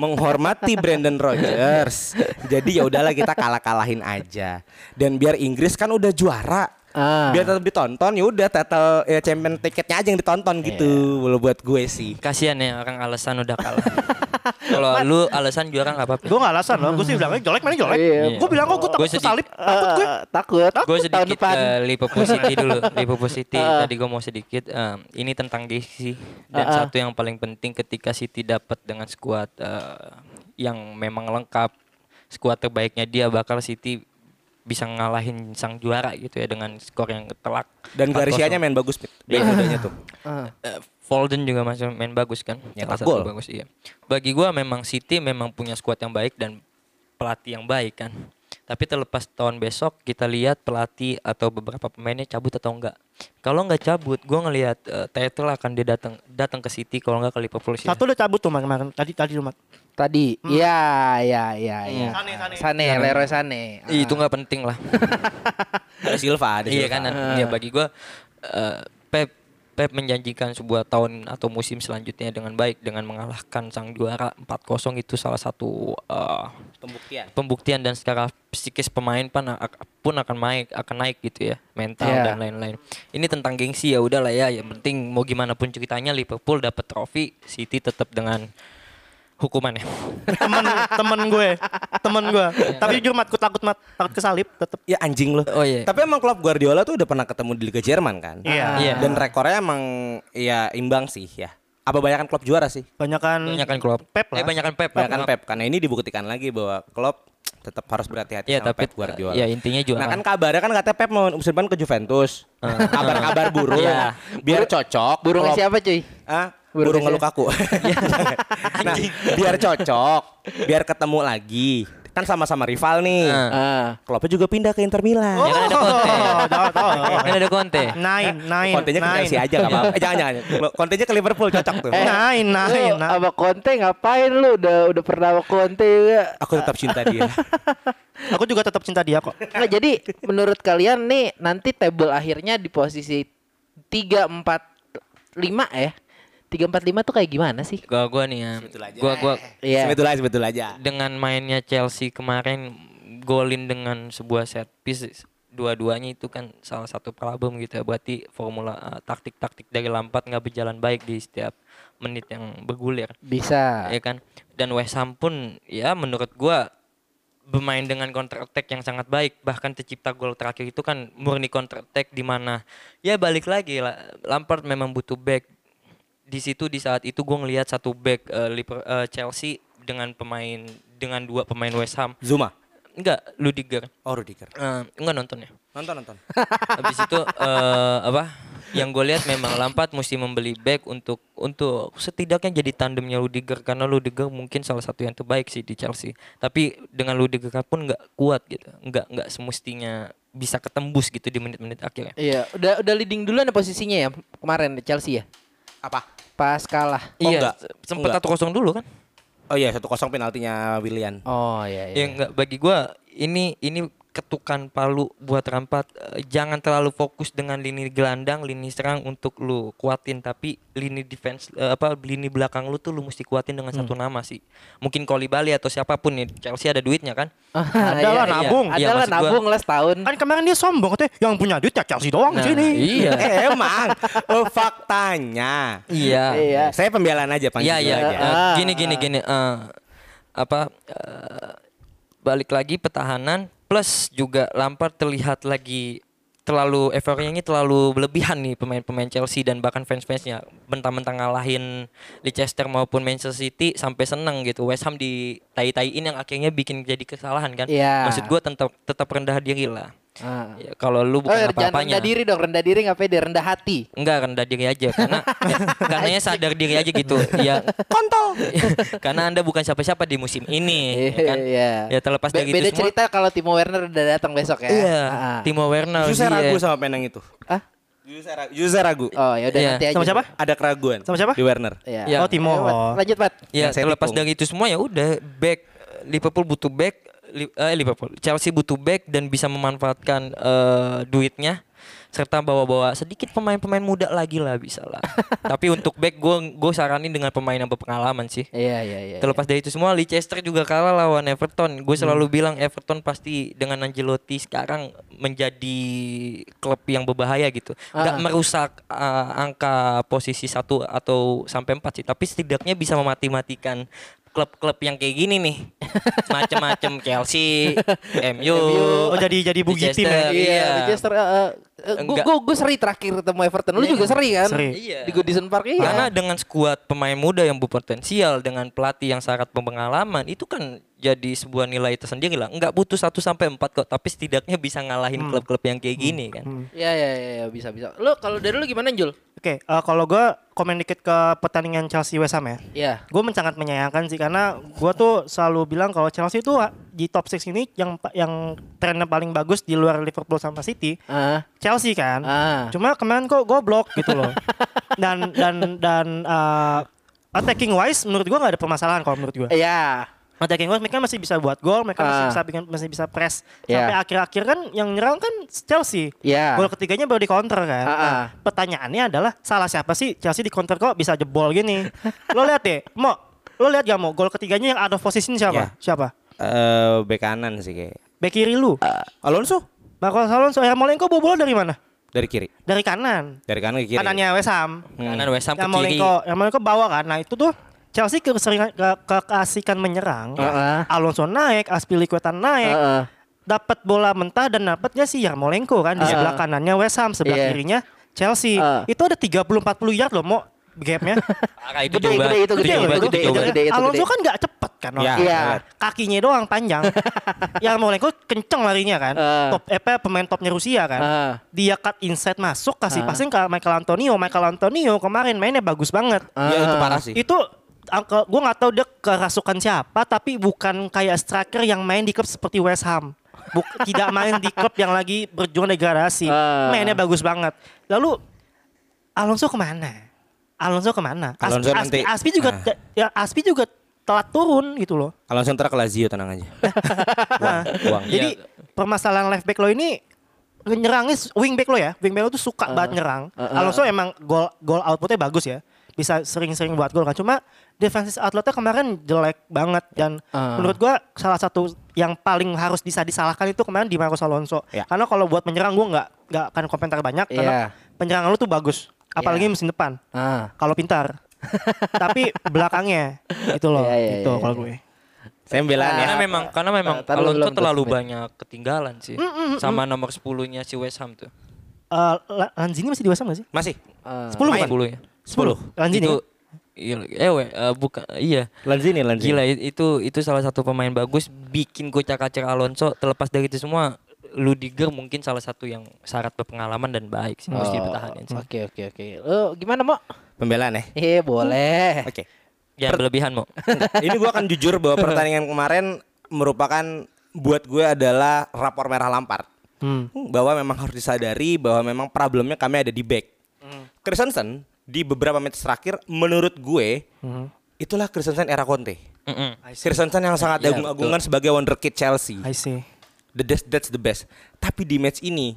[SPEAKER 7] menghormati Brandon Rogers. Jadi ya udahlah kita kalah-kalahin aja. Dan biar Inggris kan udah juara,
[SPEAKER 5] Ah.
[SPEAKER 7] biar tetap ditonton. Ya udah, title ya champion tiketnya aja yang ditonton gitu. Kalau buat gue sih.
[SPEAKER 8] Kasihan ya orang alasan udah kalah. Kalau lu alasan juara nggak apa-apa.
[SPEAKER 6] Gue gak alasan loh, gue sih bilangnya jelek mana jelek
[SPEAKER 5] Iya.
[SPEAKER 6] Gue bilang kok gue
[SPEAKER 8] Gua
[SPEAKER 6] takut
[SPEAKER 8] sedih.
[SPEAKER 6] kesalip Takut gue
[SPEAKER 5] Eh, takut.
[SPEAKER 8] Gue
[SPEAKER 5] Takut tahun
[SPEAKER 8] sedikit
[SPEAKER 5] depan.
[SPEAKER 8] eh, Liverpool City dulu, Liverpool City. Tadi gue mau sedikit em, ini tentang gengsi dan satu yang paling penting ketika City dapat dengan skuad eh, yang memang lengkap, skuad terbaiknya dia bakal City bisa ngalahin sang juara gitu ya dengan skor yang telak.
[SPEAKER 7] Dan
[SPEAKER 8] 4-0.
[SPEAKER 7] Garcianya main bagus, Pit. Back mudanya tuh.
[SPEAKER 8] Eh, Foden juga masih main bagus kan.
[SPEAKER 7] Nyetak
[SPEAKER 8] Salah satu
[SPEAKER 7] Ya, gol.
[SPEAKER 8] Bagus iya. Bagi gua memang City memang punya skuad yang baik dan pelatih yang baik kan. Tapi terlepas tahun besok kita lihat pelatih atau beberapa pemainnya cabut atau enggak. Kalau enggak cabut, gua ngelihat eh, Tuchel akan dia datang datang ke City kalau enggak ke Liverpool sih.
[SPEAKER 6] Satu udah cabut tuh Mat, kemarin, tadi tadi tuh Mat
[SPEAKER 5] Tadi. Iya, iya, iya, iya.
[SPEAKER 6] Hmm. Sane, Sane.
[SPEAKER 5] Sane, Leroy Sane. Ah.
[SPEAKER 8] Ih, Nah, Itu enggak penting lah.
[SPEAKER 7] Ada Silva, ada Ah.
[SPEAKER 8] iya
[SPEAKER 7] Silva.
[SPEAKER 8] kan ya bagi gua eh, Pep Pep menjanjikan sebuah tahun atau musim selanjutnya dengan baik dengan mengalahkan sang juara 4-0 itu salah satu eh,
[SPEAKER 7] Pembuktian.
[SPEAKER 8] pembuktian dan secara psikis pemain pun, ak- pun akan naik akan naik gitu ya mental
[SPEAKER 5] Iya.
[SPEAKER 8] dan lain-lain ini tentang gengsi ya udahlah ya yang penting mau gimana pun ceritanya Liverpool dapat trofi City tetap dengan ya. hukumannya
[SPEAKER 6] Temen, temen gue Temen gue Tapi jujur Mat, gue takut Mat Takut kesalip tetep
[SPEAKER 7] Ya anjing loh.
[SPEAKER 8] Oh, iya.
[SPEAKER 7] Tapi emang Klopp Guardiola tuh udah pernah ketemu di Liga Jerman kan.
[SPEAKER 6] Iya.
[SPEAKER 8] Iya.
[SPEAKER 7] Dan rekornya emang ya imbang sih ya. Apa banyakan Klopp juara sih?
[SPEAKER 6] Banyakan
[SPEAKER 8] Banyakan Klopp
[SPEAKER 6] Pep lah
[SPEAKER 8] eh, banyakan Pep
[SPEAKER 7] Bahkan
[SPEAKER 8] Maaf.
[SPEAKER 7] Pep karena ini dibuktikan lagi bahwa Klopp tetap harus berhati-hati
[SPEAKER 8] Iya,
[SPEAKER 7] sama
[SPEAKER 8] tapi,
[SPEAKER 7] Pep Guardiola.
[SPEAKER 8] ya, intinya juara.
[SPEAKER 7] Nah kan kabarnya kan katanya Pep mau musim depan ke Juventus. Kabar-kabar burung
[SPEAKER 8] Ah. Iya.
[SPEAKER 7] biar cocok.
[SPEAKER 5] Burungnya siapa,
[SPEAKER 7] Klopp-
[SPEAKER 5] cuy?
[SPEAKER 7] Ah,
[SPEAKER 5] Burung
[SPEAKER 7] burung
[SPEAKER 5] aja.
[SPEAKER 7] ngeluk aku.
[SPEAKER 8] Iya.
[SPEAKER 7] nah, biar cocok, biar ketemu lagi. Kan sama-sama rival nih.
[SPEAKER 5] Ah.
[SPEAKER 7] Kloppnya juga pindah ke Inter Milan.
[SPEAKER 8] Ya kan ada Conte
[SPEAKER 7] Oh.
[SPEAKER 8] kan ada Conte
[SPEAKER 7] Nah.
[SPEAKER 6] Nine, nine,
[SPEAKER 7] kontennya ke
[SPEAKER 6] nine
[SPEAKER 7] Chelsea aja nggak apa-apa. Eh, jangan jangan. Lo- Kontennya ke Liverpool cocok tuh.
[SPEAKER 8] Eh.
[SPEAKER 6] Nine, nine,
[SPEAKER 5] Lu
[SPEAKER 6] nine.
[SPEAKER 5] sama Conte ngapain lu udah udah pernah sama Conte juga.
[SPEAKER 7] Aku tetap cinta dia.
[SPEAKER 6] Aku juga tetap cinta dia kok
[SPEAKER 5] Nggak, jadi menurut kalian nih nanti table akhirnya di posisi 3 4 5 ya. 3 4 5 tuh kayak gimana sih?
[SPEAKER 8] gua gua nih ya gua gua
[SPEAKER 5] Iya.
[SPEAKER 7] Sebetul aja, sebetul aja.
[SPEAKER 8] dengan mainnya Chelsea kemarin golin dengan sebuah set piece dua-duanya itu kan salah satu problem gitu ya berarti formula eh, taktik-taktik dari Lampard nggak berjalan baik di setiap menit yang bergulir
[SPEAKER 5] Bisa.
[SPEAKER 8] ya kan dan West Ham pun ya menurut gua bermain dengan counter attack yang sangat baik bahkan tercipta gol terakhir itu kan murni counter attack di mana ya balik lagi lah Lampard memang butuh back di situ di saat itu gue ngelihat satu back eh, Liver- eh, Chelsea dengan pemain dengan dua pemain West Ham
[SPEAKER 7] Zuma.
[SPEAKER 8] enggak Ludiger
[SPEAKER 7] Oh Rudiger.
[SPEAKER 8] Eh, enggak nonton ya
[SPEAKER 7] Nonton nonton.
[SPEAKER 8] Habis itu eh, apa? Yang gue lihat memang Lampard mesti membeli back untuk untuk setidaknya jadi tandemnya Ludiger karena Ludiger mungkin salah satu yang terbaik sih di Chelsea. Tapi dengan Ludiger pun nggak kuat gitu, nggak nggak semestinya bisa ketembus gitu di menit-menit akhirnya.
[SPEAKER 5] Iya, udah udah leading duluan ya posisinya ya kemarin di Chelsea ya.
[SPEAKER 7] Apa?
[SPEAKER 5] Pas kalah.
[SPEAKER 7] Oh,
[SPEAKER 8] iya,
[SPEAKER 7] enggak.
[SPEAKER 8] sempat
[SPEAKER 7] Enggak.
[SPEAKER 8] satu kosong dulu kan?
[SPEAKER 7] Oh iya satu kosong penaltinya Willian.
[SPEAKER 5] Oh iya
[SPEAKER 8] Ya enggak bagi gua ini ini ketukan palu buat Rampat eh, jangan terlalu fokus dengan lini gelandang lini serang untuk lu kuatin tapi lini defense eh, apa lini belakang lu tuh lu mesti kuatin dengan satu nama sih mungkin Kolibali atau siapapun nih Chelsea ada duitnya kan
[SPEAKER 6] Ada lah
[SPEAKER 5] Iya, iya.
[SPEAKER 6] nabung.
[SPEAKER 5] Ada
[SPEAKER 8] Iya,
[SPEAKER 5] lah
[SPEAKER 8] maksud gua-
[SPEAKER 5] nabung lah setahun.
[SPEAKER 6] Kan kemarin dia sombong katanya yang punya duit ya Chelsea doang
[SPEAKER 8] Nah,
[SPEAKER 6] sini.
[SPEAKER 8] iya
[SPEAKER 7] Eh, emang eh, faktanya.
[SPEAKER 8] iya
[SPEAKER 5] Iya.
[SPEAKER 7] Saya pembelaan aja panggil
[SPEAKER 8] Iya iya.
[SPEAKER 7] aja.
[SPEAKER 8] Eh,
[SPEAKER 5] Ah.
[SPEAKER 8] Gini gini gini. eh, apa eh, balik lagi pertahanan plus juga Lampard terlihat lagi terlalu effortnya ini terlalu berlebihan nih pemain-pemain Chelsea dan bahkan fans-fansnya mentang-mentang ngalahin Leicester maupun Manchester City sampai seneng gitu West Ham ditai-taiin yang akhirnya bikin jadi kesalahan kan
[SPEAKER 5] Iya.
[SPEAKER 8] maksud gua tetap tetap rendah diri lah
[SPEAKER 5] Ah.
[SPEAKER 8] Ya, kalau lu bukan
[SPEAKER 5] oh, jangan
[SPEAKER 8] apa-apanya
[SPEAKER 5] rendah diri dong, rendah diri ngapain dia rendah hati.
[SPEAKER 8] Enggak rendah diri aja karena karena ya sadar diri aja gitu ya kontol karena anda bukan siapa-siapa di musim ini ya kan
[SPEAKER 5] Iya.
[SPEAKER 8] ya terlepas
[SPEAKER 5] Be-
[SPEAKER 8] dari
[SPEAKER 5] beda
[SPEAKER 8] itu semua
[SPEAKER 5] cerita kalau Timo Werner udah datang besok ya.
[SPEAKER 8] iya
[SPEAKER 5] Ah.
[SPEAKER 8] Timo Werner
[SPEAKER 7] Justru saya
[SPEAKER 8] iya.
[SPEAKER 7] ragu sama penang itu.
[SPEAKER 5] Hah?
[SPEAKER 7] Justru saya ragu. Justru saya ragu.
[SPEAKER 5] Oh, ya udah
[SPEAKER 8] Iya.
[SPEAKER 5] nanti aja.
[SPEAKER 6] Sama siapa?
[SPEAKER 7] Ada keraguan.
[SPEAKER 6] Sama siapa?
[SPEAKER 7] Di Werner.
[SPEAKER 5] Iya.
[SPEAKER 8] Iya.
[SPEAKER 6] Oh Timo.
[SPEAKER 5] Ayo, Mat. Lanjut, Pat.
[SPEAKER 8] ya
[SPEAKER 7] Yang saya
[SPEAKER 8] terlepas
[SPEAKER 7] dukung.
[SPEAKER 8] dari itu semua ya udah back Liverpool butuh back Li- eh, Liverpool Chelsea butuh back dan bisa memanfaatkan eh, duitnya serta bawa-bawa sedikit pemain-pemain muda lagi lah bisa lah tapi untuk back gue gue saranin dengan pemain yang berpengalaman sih
[SPEAKER 5] Iya, iya, iya.
[SPEAKER 8] Terlepas dari itu semua Leicester juga kalah lawan
[SPEAKER 6] Hmm.
[SPEAKER 8] Everton. Gue selalu bilang Everton pasti dengan Ancelotti sekarang menjadi klub yang berbahaya gitu. Nggak
[SPEAKER 6] Ah.
[SPEAKER 8] merusak uh, angka posisi satu atau sampai empat sih, tapi setidaknya bisa memati-matikan klub-klub yang kayak gini nih. Macem-macem Chelsea, MU.
[SPEAKER 6] Oh jadi jadi bugi tim ya.
[SPEAKER 8] Leicester, Iya.
[SPEAKER 5] Leicester eh, eh, eh, gua
[SPEAKER 8] Enggak.
[SPEAKER 5] gua gua seri terakhir ketemu Everton. Lu juga seri kan?
[SPEAKER 6] Seri.
[SPEAKER 8] Iya.
[SPEAKER 5] Di Goodison Park iya.
[SPEAKER 8] Karena dengan skuad pemain muda yang berpotensial dengan pelatih yang sangat berpengalaman itu kan jadi sebuah nilai tersendiri lah. Enggak butuh 1 sampai 4 kok, tapi setidaknya bisa ngalahin klub-klub yang kayak gini kan.
[SPEAKER 5] Iya, iya, iya, iya, bisa, bisa. Lu kalau dari lu gimana, Jul?
[SPEAKER 6] Oke, eh, kalau gue komen dikit ke pertandingan Chelsea West Ham ya.
[SPEAKER 5] Iya.
[SPEAKER 6] Gue sangat menyayangkan sih karena gue tuh selalu bilang kalau Chelsea itu di top 6 ini yang yang trennya paling bagus di luar Liverpool sama City
[SPEAKER 5] Ah.
[SPEAKER 6] Chelsea kan.
[SPEAKER 5] Ah.
[SPEAKER 6] Cuma kemarin kok goblok gitu loh. dan dan dan eh, attacking wise menurut gue nggak ada permasalahan kalau menurut gue.
[SPEAKER 5] Iya.
[SPEAKER 6] Attacking wise mereka masih bisa buat gol, mereka masih
[SPEAKER 5] Ah.
[SPEAKER 6] bisa bikin- masih bisa press.
[SPEAKER 5] Ya.
[SPEAKER 6] Sampai akhir-akhir kan yang nyerang kan Chelsea.
[SPEAKER 5] Iya.
[SPEAKER 6] Gol ketiganya baru di counter kan.
[SPEAKER 5] Ah,
[SPEAKER 6] Nah,
[SPEAKER 5] ah.
[SPEAKER 6] pertanyaannya adalah salah siapa sih Chelsea di counter kok bisa jebol gini? lo lihat deh, Mo. Lo lihat gak mau gol ketiganya yang out of position
[SPEAKER 5] Iya.
[SPEAKER 6] siapa? Siapa?
[SPEAKER 7] Eh, bek kanan sih kayak.
[SPEAKER 6] Bek kiri lu.
[SPEAKER 5] Ah.
[SPEAKER 7] Alonso
[SPEAKER 6] Marcos Alonso Hermolenko bawa bola dari mana?
[SPEAKER 7] dari kiri.
[SPEAKER 6] Dari kanan.
[SPEAKER 7] Dari kanan ke
[SPEAKER 5] Iya,
[SPEAKER 7] kiri. Hmm.
[SPEAKER 6] Kanannya West Ham.
[SPEAKER 8] Kanan West Ham ke kiri.
[SPEAKER 6] Hermolenko, Hermolenko bawa kan. Nah, itu tuh Chelsea keseringan ke, keasikan menyerang.
[SPEAKER 5] Ah,
[SPEAKER 6] Alonso naik, Aspilicueta naik.
[SPEAKER 5] Heeh.
[SPEAKER 6] dapat bola mentah dan dapatnya si Yarmolenko kan di
[SPEAKER 5] Ah.
[SPEAKER 6] sebelah kanannya West Ham, sebelah
[SPEAKER 5] Iya.
[SPEAKER 6] kirinya Chelsea.
[SPEAKER 5] Ah.
[SPEAKER 6] Itu ada 30 40 yard loh, Mo gapnya.
[SPEAKER 8] Parah
[SPEAKER 5] Gede,
[SPEAKER 8] itu jauh
[SPEAKER 5] gede,
[SPEAKER 8] banget.
[SPEAKER 5] itu gede,
[SPEAKER 8] jauh banget,
[SPEAKER 5] gede,
[SPEAKER 8] itu jauh
[SPEAKER 5] itu
[SPEAKER 8] banget.
[SPEAKER 5] gede.
[SPEAKER 6] Alonso kan nggak cepet kan
[SPEAKER 7] Iya.
[SPEAKER 6] orangnya. Kakinya doang panjang. Yarmolenko kenceng larinya kan.
[SPEAKER 5] Ah.
[SPEAKER 6] Top eh, apa, pemain topnya Rusia kan.
[SPEAKER 5] Ah.
[SPEAKER 6] Dia cut inside masuk kasih passing ke Michael Antonio. Michael Antonio kemarin mainnya bagus banget.
[SPEAKER 5] Ah.
[SPEAKER 7] Ya itu parah sih.
[SPEAKER 6] Itu angka gue nggak tahu dia kerasukan siapa tapi bukan kayak striker yang main di klub seperti West Ham. Buk- tidak main di klub yang lagi berjuang degradasi.
[SPEAKER 5] Ah.
[SPEAKER 6] Mainnya bagus banget. Lalu Alonso kemana? Alonso kemana? Aspi-
[SPEAKER 7] Alonso
[SPEAKER 6] Aspi,
[SPEAKER 7] nanti.
[SPEAKER 6] Aspi juga
[SPEAKER 7] Ah.
[SPEAKER 6] te- ya Aspi juga telat turun gitu loh.
[SPEAKER 7] Alonso ntar ke Lazio tenang aja. uang, uang.
[SPEAKER 6] Jadi permasalahan left back lo ini nyerangnya s- wing back lo ya. Wing back lo tuh suka
[SPEAKER 7] Ah.
[SPEAKER 6] banget nyerang. Alonso emang gol gol outputnya bagus ya. Bisa sering-sering buat gol kan. Cuma defensive outletnya kemarin jelek banget dan
[SPEAKER 5] Ah.
[SPEAKER 6] menurut gua salah satu yang paling harus bisa disalahkan itu kemarin di Marcos Alonso.
[SPEAKER 7] Ya.
[SPEAKER 6] Karena kalau buat menyerang gua nggak nggak akan komentar banyak karena
[SPEAKER 5] Iya.
[SPEAKER 6] penyerangan lo tuh bagus. Apalagi
[SPEAKER 5] Iya.
[SPEAKER 6] musim depan
[SPEAKER 5] Ah.
[SPEAKER 6] kalau pintar. Tapi belakangnya gitu loh.
[SPEAKER 5] Iya, iya,
[SPEAKER 6] gitu
[SPEAKER 5] iya,
[SPEAKER 6] kalau
[SPEAKER 5] iya.
[SPEAKER 6] gue.
[SPEAKER 7] Saya pembelaan ya.
[SPEAKER 8] Karena memang karena memang
[SPEAKER 5] Taruh
[SPEAKER 8] Alonso
[SPEAKER 5] dalam
[SPEAKER 8] terlalu
[SPEAKER 5] dokumen.
[SPEAKER 8] banyak ketinggalan sih sama nomor 10-nya si West Ham tuh.
[SPEAKER 6] Eh, La- Lanzini masih di West Ham nggak sih?
[SPEAKER 7] Masih.
[SPEAKER 5] Ah.
[SPEAKER 6] 10
[SPEAKER 8] Main
[SPEAKER 5] kan?
[SPEAKER 6] bukan?
[SPEAKER 8] 10 ya.
[SPEAKER 7] 10.
[SPEAKER 6] Lanzini.
[SPEAKER 8] Itu Iya, eh, we, eh, bukan, iya.
[SPEAKER 7] Lanzini, Lanzini.
[SPEAKER 8] Gila i- itu itu salah satu pemain bagus bikin kocak kacir Alonso terlepas dari itu semua Ludiger mungkin salah satu yang syarat berpengalaman dan baik sih
[SPEAKER 7] Oh.
[SPEAKER 8] mesti dipertahankan sih.
[SPEAKER 5] Oh, Oke oke oke. Lu gimana, Mo?
[SPEAKER 7] Pembelaan ya.
[SPEAKER 5] Eh, boleh.
[SPEAKER 7] Oke.
[SPEAKER 8] Jangan berlebihan mau.
[SPEAKER 7] Ini gua akan jujur bahwa pertandingan kemarin merupakan buat gue adalah rapor merah Lampard. Bahwa memang harus disadari bahwa memang problemnya kami ada di back. Christensen di beberapa match terakhir menurut gue itulah Christensen era Conte. Christensen yang sangat
[SPEAKER 8] Iya,
[SPEAKER 7] agung-agungan sebagai wonderkid Chelsea.
[SPEAKER 6] ya? I see.
[SPEAKER 7] The best, that's the best. Tapi di match ini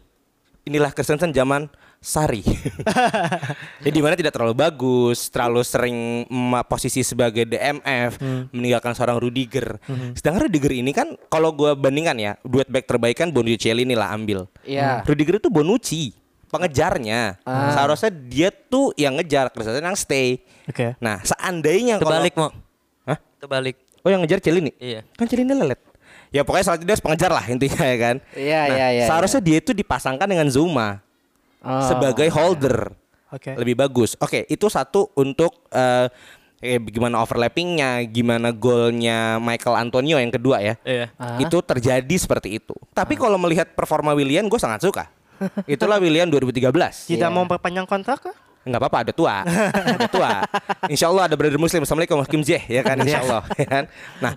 [SPEAKER 7] inilah Christensen zaman Sari. ya di mana tidak terlalu bagus, terlalu sering mm, posisi sebagai DMF, meninggalkan seorang Rudiger. Sedangkan Rudiger ini kan kalau gua bandingkan ya, duet back terbaik kan Bonucci inilah ambil. Hmm.
[SPEAKER 5] Iya.
[SPEAKER 7] Rudiger itu Bonucci pengejarnya. Seharusnya dia tuh yang ngejar, Christensen yang stay.
[SPEAKER 6] Oke.
[SPEAKER 7] Nah, seandainya kalau-
[SPEAKER 8] Terbalik mau.
[SPEAKER 7] Hah?
[SPEAKER 8] Terbalik.
[SPEAKER 7] Oh yang ngejar Celini?
[SPEAKER 8] Iya.
[SPEAKER 7] Kan Celini lelet. Ya pokoknya saat itu dia harus pengejar lah intinya ya kan.
[SPEAKER 5] Iya, iya, iya,
[SPEAKER 7] Seharusnya dia itu dipasangkan dengan Zuma
[SPEAKER 5] Oh.
[SPEAKER 7] sebagai holder.
[SPEAKER 6] Oke.
[SPEAKER 7] Lebih bagus. ya. Oke, itu satu untuk eh eh, gimana overlappingnya, gimana golnya Michael Antonio yang kedua ya.
[SPEAKER 8] Iya.
[SPEAKER 7] Itu terjadi seperti itu. Tapi kalau melihat performa Willian, gue sangat suka. Itulah Willian 2013.
[SPEAKER 6] Tidak mau memperpanjang kontrak kah?
[SPEAKER 7] Enggak apa-apa, ada tua. ada tua. Insya Allah ada brother muslim. Assalamualaikum Hakim Zeh. Ya kan, insya Allah. Ya kan? Nah,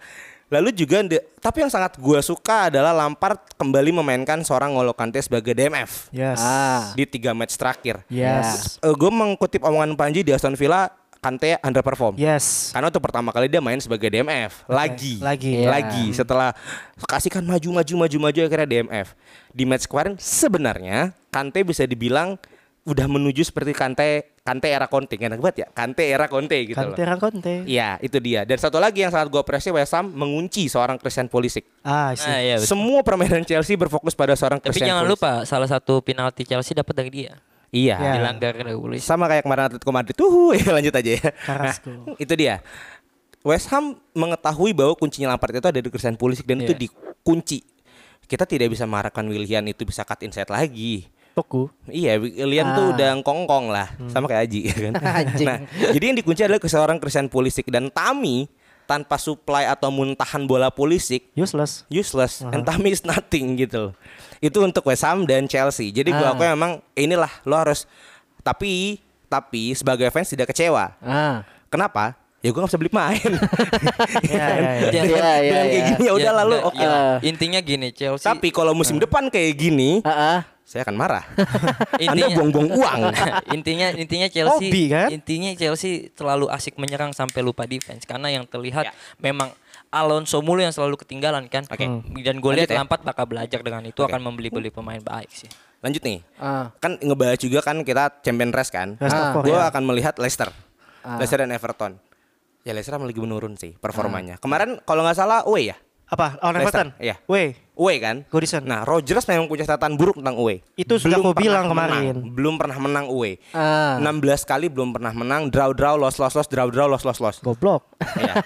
[SPEAKER 7] lalu juga, di- tapi yang sangat gue suka adalah Lampard kembali memainkan seorang Ngolo Kante sebagai DMF.
[SPEAKER 6] Yes.
[SPEAKER 5] Ah.
[SPEAKER 7] Di tiga match terakhir.
[SPEAKER 6] Yes.
[SPEAKER 7] gue mengkutip omongan Panji di Aston Villa, Kante underperform.
[SPEAKER 6] iya. Yes.
[SPEAKER 7] Karena untuk pertama kali dia main sebagai DMF lagi,
[SPEAKER 6] lagi.
[SPEAKER 5] Iya.
[SPEAKER 7] lagi setelah kasihkan maju, maju, maju, maju akhirnya DMF di match kemarin sebenarnya Kante bisa dibilang udah menuju seperti Kante Kante era Conte enak banget ya Kante era Conte gitu
[SPEAKER 6] Kante
[SPEAKER 7] loh.
[SPEAKER 6] Ran kan Conte.
[SPEAKER 7] Iya itu dia dan satu lagi yang sangat gue apresiasi West Ham mengunci seorang Christian Pulisic.
[SPEAKER 6] Ah, I see.
[SPEAKER 8] Ah, iya, betul.
[SPEAKER 7] Semua permainan Chelsea berfokus pada seorang
[SPEAKER 8] Tapi
[SPEAKER 7] Christian
[SPEAKER 8] jangan
[SPEAKER 7] Pulisic.
[SPEAKER 8] lupa salah satu penalti Chelsea dapat dari dia.
[SPEAKER 7] Iya.
[SPEAKER 6] Ya.
[SPEAKER 8] Dilanggar dari Pulisic.
[SPEAKER 7] Sama kayak kemarin Atletico Madrid. Tuh, ya lanjut aja ya.
[SPEAKER 6] Carrasco.
[SPEAKER 7] Nah, itu dia. West Ham mengetahui bahwa kuncinya Lampard itu ada di Christian Pulisic dan itu
[SPEAKER 8] Iya.
[SPEAKER 7] dikunci. Kita tidak bisa marahkan Willian itu bisa cut inside lagi.
[SPEAKER 6] Toku.
[SPEAKER 7] Iya, Willian tuh
[SPEAKER 6] Ah.
[SPEAKER 7] udah ngkongkong lah, sama kayak Aji ya kan.
[SPEAKER 5] Anjing.
[SPEAKER 7] Nah, jadi yang dikunci adalah ke seorang Christian Pulisic dan Tami tanpa supply atau muntahan bola Pulisic
[SPEAKER 6] Useless.
[SPEAKER 7] useless and Tami is nothing gitu loh. Itu untuk West Ham dan Chelsea. Jadi
[SPEAKER 6] Ah.
[SPEAKER 7] gua aku memang inilah lo harus tapi tapi sebagai fans tidak kecewa.
[SPEAKER 5] Ah.
[SPEAKER 7] Kenapa? Ya gua gak bisa beli main.
[SPEAKER 6] Iya,
[SPEAKER 5] Iya,
[SPEAKER 6] iya, iya.
[SPEAKER 8] Ya,
[SPEAKER 5] iya,
[SPEAKER 7] Dengan kayak
[SPEAKER 5] iya.
[SPEAKER 7] gini ya udah lalu
[SPEAKER 8] nggak,
[SPEAKER 7] oke.
[SPEAKER 8] ya.
[SPEAKER 5] Ah.
[SPEAKER 8] Intinya gini Chelsea.
[SPEAKER 7] Tapi kalau musim depan kayak gini,
[SPEAKER 5] Ah, ah.
[SPEAKER 7] saya akan marah. Anda buang-buang uang.
[SPEAKER 8] intinya intinya Chelsea
[SPEAKER 6] Hobi, kan?
[SPEAKER 8] intinya Chelsea terlalu asik menyerang sampai lupa defense karena yang terlihat memang Alonso mulu yang selalu ketinggalan kan.
[SPEAKER 7] Oke.
[SPEAKER 8] Dan gue lihat
[SPEAKER 7] Lanjut ya.
[SPEAKER 8] Lampard bakal belajar dengan itu
[SPEAKER 7] Oke.
[SPEAKER 8] akan membeli-beli pemain baik sih.
[SPEAKER 7] Lanjut nih.
[SPEAKER 5] Ah.
[SPEAKER 7] Kan ngebahas juga kan kita Champion Race kan.
[SPEAKER 6] Rest
[SPEAKER 5] Ah,
[SPEAKER 6] of four,
[SPEAKER 7] gue
[SPEAKER 6] ya.
[SPEAKER 7] akan melihat Leicester, Leicester dan Everton. Ya Leicester emang lagi menurun sih performanya.
[SPEAKER 5] Ah.
[SPEAKER 7] Kemarin kalau nggak salah away ya,
[SPEAKER 6] Apa? Lawan
[SPEAKER 7] Leicester,
[SPEAKER 6] Everton?
[SPEAKER 7] iya.
[SPEAKER 6] Weh,
[SPEAKER 7] away kan.
[SPEAKER 6] Goodison.
[SPEAKER 7] Nah Rodgers memang punya catatan buruk tentang away.
[SPEAKER 6] Itu sudah
[SPEAKER 7] Belum
[SPEAKER 6] gua bilang
[SPEAKER 7] pernah
[SPEAKER 6] kemarin.
[SPEAKER 7] menang, belum pernah menang away.
[SPEAKER 5] Ah.
[SPEAKER 7] 16 kali belum pernah menang, draw draw loss loss loss, draw draw loss loss loss.
[SPEAKER 6] goblok.
[SPEAKER 7] Iya.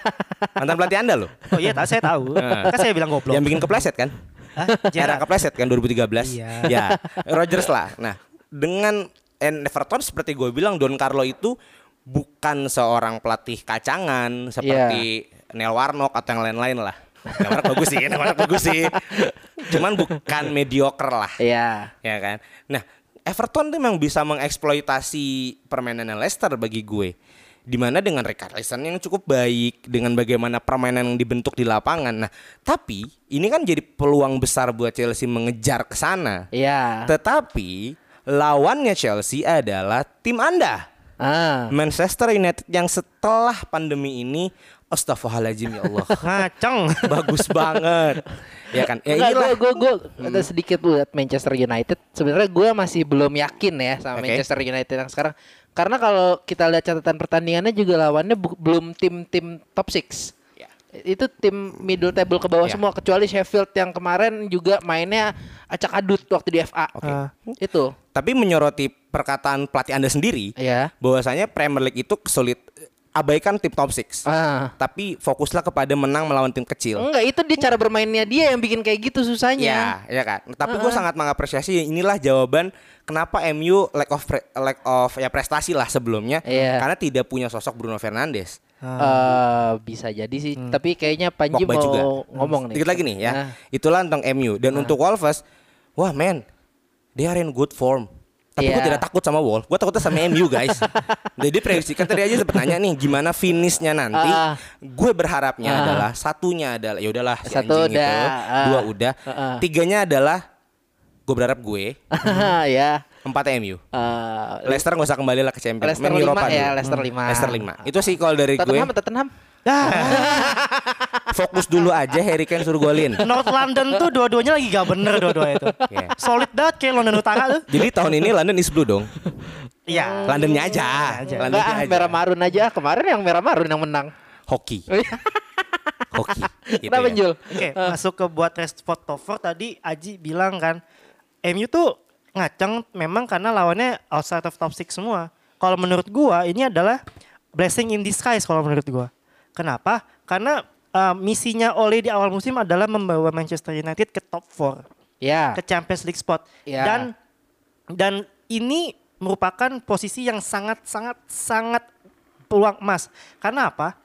[SPEAKER 7] Mantan pelatih anda loh,
[SPEAKER 6] Oh iya, tak- saya tahu. kan saya bilang goblok.
[SPEAKER 7] Nah. yang bikin kepleset kan?
[SPEAKER 6] Hah?
[SPEAKER 7] Era
[SPEAKER 6] Gerrard.
[SPEAKER 7] kepleset kan 2013.
[SPEAKER 6] Iya.
[SPEAKER 7] Ya, Rodgers lah. Nah, dengan and Everton seperti gue bilang Don Carlo itu bukan seorang pelatih kacangan seperti
[SPEAKER 6] Iya.
[SPEAKER 7] Neil Warnock atau yang lain-lain lah. Neil Warnock bagus sih, Neil Warnock bagus sih. Cuman bukan mediocre lah,
[SPEAKER 5] Iya.
[SPEAKER 7] ya kan? Nah, Everton tuh memang bisa mengeksploitasi permainan Leicester bagi gue. Dimana dengan Richarlison yang cukup baik Dengan bagaimana permainan yang dibentuk di lapangan Nah tapi ini kan jadi peluang besar buat Chelsea mengejar ke sana
[SPEAKER 5] Iya.
[SPEAKER 7] tetapi lawannya Chelsea adalah tim Anda.
[SPEAKER 5] Ah.
[SPEAKER 7] Manchester United yang setelah pandemi ini Astaghfirullahaladzim ya Allah.
[SPEAKER 6] Ngaceng.
[SPEAKER 7] Bagus banget. Ya kan? Ya
[SPEAKER 5] Enggak,
[SPEAKER 7] inilah.
[SPEAKER 5] gue gue ada sedikit buat Manchester United. Sebenarnya gue masih belum yakin ya sama
[SPEAKER 7] Oke.
[SPEAKER 5] Manchester United yang sekarang. Karena kalau kita lihat catatan pertandingannya juga lawannya bu- belum tim-tim top 6.
[SPEAKER 7] Ya.
[SPEAKER 5] Itu tim middle table ke bawah
[SPEAKER 7] Ya.
[SPEAKER 5] semua kecuali Sheffield yang kemarin juga mainnya acak adut waktu di FA.
[SPEAKER 7] Oke.
[SPEAKER 6] Ah.
[SPEAKER 5] Itu.
[SPEAKER 7] Tapi menyoroti perkataan pelatih Anda sendiri
[SPEAKER 5] Ya.
[SPEAKER 7] bahwasanya Premier League itu sulit abaikan tim top 6.
[SPEAKER 5] Ah.
[SPEAKER 7] Tapi fokuslah kepada menang melawan tim kecil.
[SPEAKER 5] Enggak, itu dia cara bermainnya dia yang bikin kayak gitu susahnya.
[SPEAKER 7] Ya, ya kan.
[SPEAKER 5] Ah,
[SPEAKER 7] Tapi gue sangat mengapresiasi inilah jawaban kenapa MU lack of pre- lack of ya prestasi lah sebelumnya
[SPEAKER 5] Iya.
[SPEAKER 7] karena tidak punya sosok Bruno Fernandes.
[SPEAKER 5] Eh, bisa jadi sih, tapi kayaknya Panji
[SPEAKER 7] Pogba
[SPEAKER 5] mau
[SPEAKER 7] juga.
[SPEAKER 5] ngomong nih. Nah.
[SPEAKER 7] Sedikit lagi nih ya.
[SPEAKER 5] Ah.
[SPEAKER 7] Itulah tentang MU dan untuk Wolves, wah men, they are in good form. Tapi
[SPEAKER 5] Iya.
[SPEAKER 7] gue tidak takut sama Wolves, gue takutnya sama MU guys. Jadi prediksi kan tadi aja sempat nanya nih gimana finishnya nanti.
[SPEAKER 5] Ah.
[SPEAKER 7] Gue berharapnya
[SPEAKER 5] Ah.
[SPEAKER 7] adalah satunya adalah ya udahlah si
[SPEAKER 5] Satu
[SPEAKER 7] anjing
[SPEAKER 5] udah,
[SPEAKER 7] itu,
[SPEAKER 5] ah.
[SPEAKER 7] dua udah,
[SPEAKER 5] Ah.
[SPEAKER 7] tiganya adalah gue berharap gue
[SPEAKER 5] ya.
[SPEAKER 7] empat MU.
[SPEAKER 5] Eh,
[SPEAKER 7] Leicester nggak usah kembali lah ke Champions.
[SPEAKER 5] Leicester
[SPEAKER 7] Main
[SPEAKER 5] 5
[SPEAKER 7] Europa
[SPEAKER 5] ya,
[SPEAKER 7] dulu. Hmm,
[SPEAKER 5] Leicester 5.
[SPEAKER 7] Leicester 5. Itu sih kalau dari gue.
[SPEAKER 5] Tottenham, Tottenham.
[SPEAKER 6] Dah.
[SPEAKER 7] fokus dulu aja Harry Kane suruh golin.
[SPEAKER 6] North London tuh dua-duanya lagi gak bener dua-duanya itu.
[SPEAKER 7] Iya.
[SPEAKER 6] Solid banget kayak London Utara tuh.
[SPEAKER 7] Jadi tahun ini London is blue dong. Eh,
[SPEAKER 6] Iya.
[SPEAKER 7] Londonnya aja.
[SPEAKER 6] aja.
[SPEAKER 7] Londonnya
[SPEAKER 5] Enggak ah, merah marun aja. Kemarin yang merah marun yang menang.
[SPEAKER 7] Hoki. Hoki. Gitu
[SPEAKER 5] Kenapa
[SPEAKER 7] ya.
[SPEAKER 5] Jul?
[SPEAKER 6] Oke, masuk ke buat Rashford Tover tadi Aji bilang kan MU tuh ngaceng memang karena lawannya outside of top 6 semua. Kalau menurut gua ini adalah blessing in disguise kalau menurut gua. Kenapa? Karena eh, misinya Ole di awal musim adalah membawa Manchester United ke top 4
[SPEAKER 5] Ya.
[SPEAKER 6] ke Champions League spot.
[SPEAKER 5] Ya.
[SPEAKER 6] Dan dan ini merupakan posisi yang sangat sangat sangat peluang emas. Karena apa?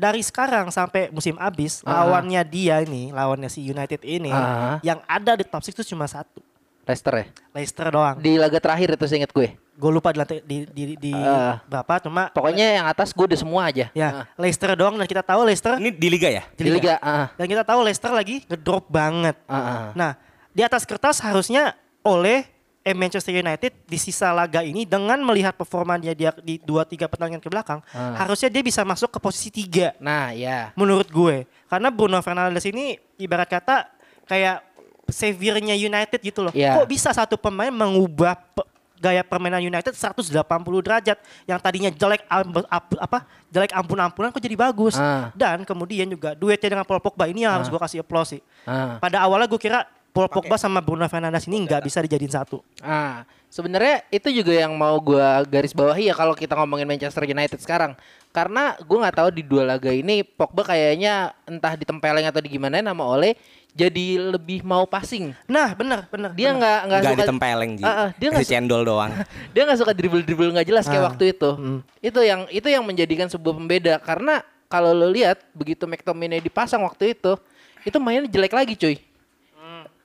[SPEAKER 6] Dari sekarang sampai musim habis,
[SPEAKER 5] Ah.
[SPEAKER 6] lawannya dia ini, lawannya si United ini
[SPEAKER 5] Ah.
[SPEAKER 6] yang ada di top 6 itu cuma satu,
[SPEAKER 5] Leicester ya.
[SPEAKER 6] Leicester doang.
[SPEAKER 5] Di laga terakhir itu seingat gue.
[SPEAKER 6] Gue lupa di lantai- di, di, di
[SPEAKER 5] Ah.
[SPEAKER 6] berapa cuma
[SPEAKER 5] Pokoknya yang atas gue udah semua aja. Ah.
[SPEAKER 6] ya Leicester doang dan kita tahu Leicester
[SPEAKER 7] Ini di liga ya?
[SPEAKER 5] Di liga. ah.
[SPEAKER 6] dan kita tahu Leicester lagi ngedrop banget.
[SPEAKER 5] Ah, ah.
[SPEAKER 6] Nah, di atas kertas harusnya oleh eh, Manchester United di sisa laga ini dengan melihat performanya dia di 2-3 pertandingan ke belakang,
[SPEAKER 5] Ah.
[SPEAKER 6] harusnya dia bisa masuk ke posisi 3
[SPEAKER 5] Nah, ya.
[SPEAKER 6] menurut gue. Karena Bruno Fernandes ini ibarat kata kayak saviornya United gitu loh.
[SPEAKER 5] Iya.
[SPEAKER 6] Kok bisa satu pemain mengubah pe- gaya permainan United 180 derajat yang tadinya jelek ambe- ap- apa jelek ampun-ampunan kok jadi bagus.
[SPEAKER 5] Ah.
[SPEAKER 6] Dan kemudian juga duetnya dengan Paul Pogba ini yang harus gue kasih aplaus sih.
[SPEAKER 5] Ah.
[SPEAKER 6] Pada awalnya gue kira Paul Pogba sama Bruno Fernandes ini nggak bisa dijadiin satu.
[SPEAKER 5] Ah, sebenarnya itu juga yang mau gua garis bawahi ya kalau kita ngomongin Manchester United sekarang. Karena gua nggak tahu di dua laga ini Pogba kayaknya entah ditempeleng atau digimanain sama Ole jadi lebih mau passing.
[SPEAKER 6] Nah, benar, benar.
[SPEAKER 5] Dia
[SPEAKER 6] benar.
[SPEAKER 5] nggak nggak
[SPEAKER 7] Enggak
[SPEAKER 5] suka
[SPEAKER 7] ditempeleng Ji.
[SPEAKER 5] Ah, ah, dia nggak
[SPEAKER 7] Kasih cendol doang.
[SPEAKER 5] dia nggak suka dribble dribble nggak jelas kayak
[SPEAKER 6] Ah.
[SPEAKER 5] waktu itu.
[SPEAKER 6] Hmm.
[SPEAKER 5] Itu yang itu yang menjadikan sebuah pembeda karena kalau lo lihat begitu McTominay dipasang waktu itu, itu mainnya jelek lagi cuy.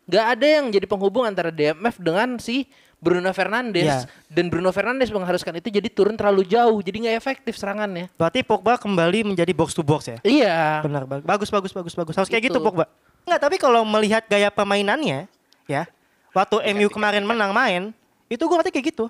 [SPEAKER 5] Nggak ada yang jadi penghubung antara DMF dengan si Bruno Fernandes
[SPEAKER 6] Iya.
[SPEAKER 5] dan Bruno Fernandes mengharuskan itu jadi turun terlalu jauh, jadi nggak efektif serangannya.
[SPEAKER 6] Berarti Pogba kembali menjadi box to box ya.
[SPEAKER 5] Iya.
[SPEAKER 6] Benar, ba- bagus, bagus, bagus, bagus. Harus kayak
[SPEAKER 5] Gitu.
[SPEAKER 6] gitu Pogba. Enggak, tapi kalau melihat gaya permainannya, ya, waktu MU kemarin menang main, itu gue ngerti kayak gitu.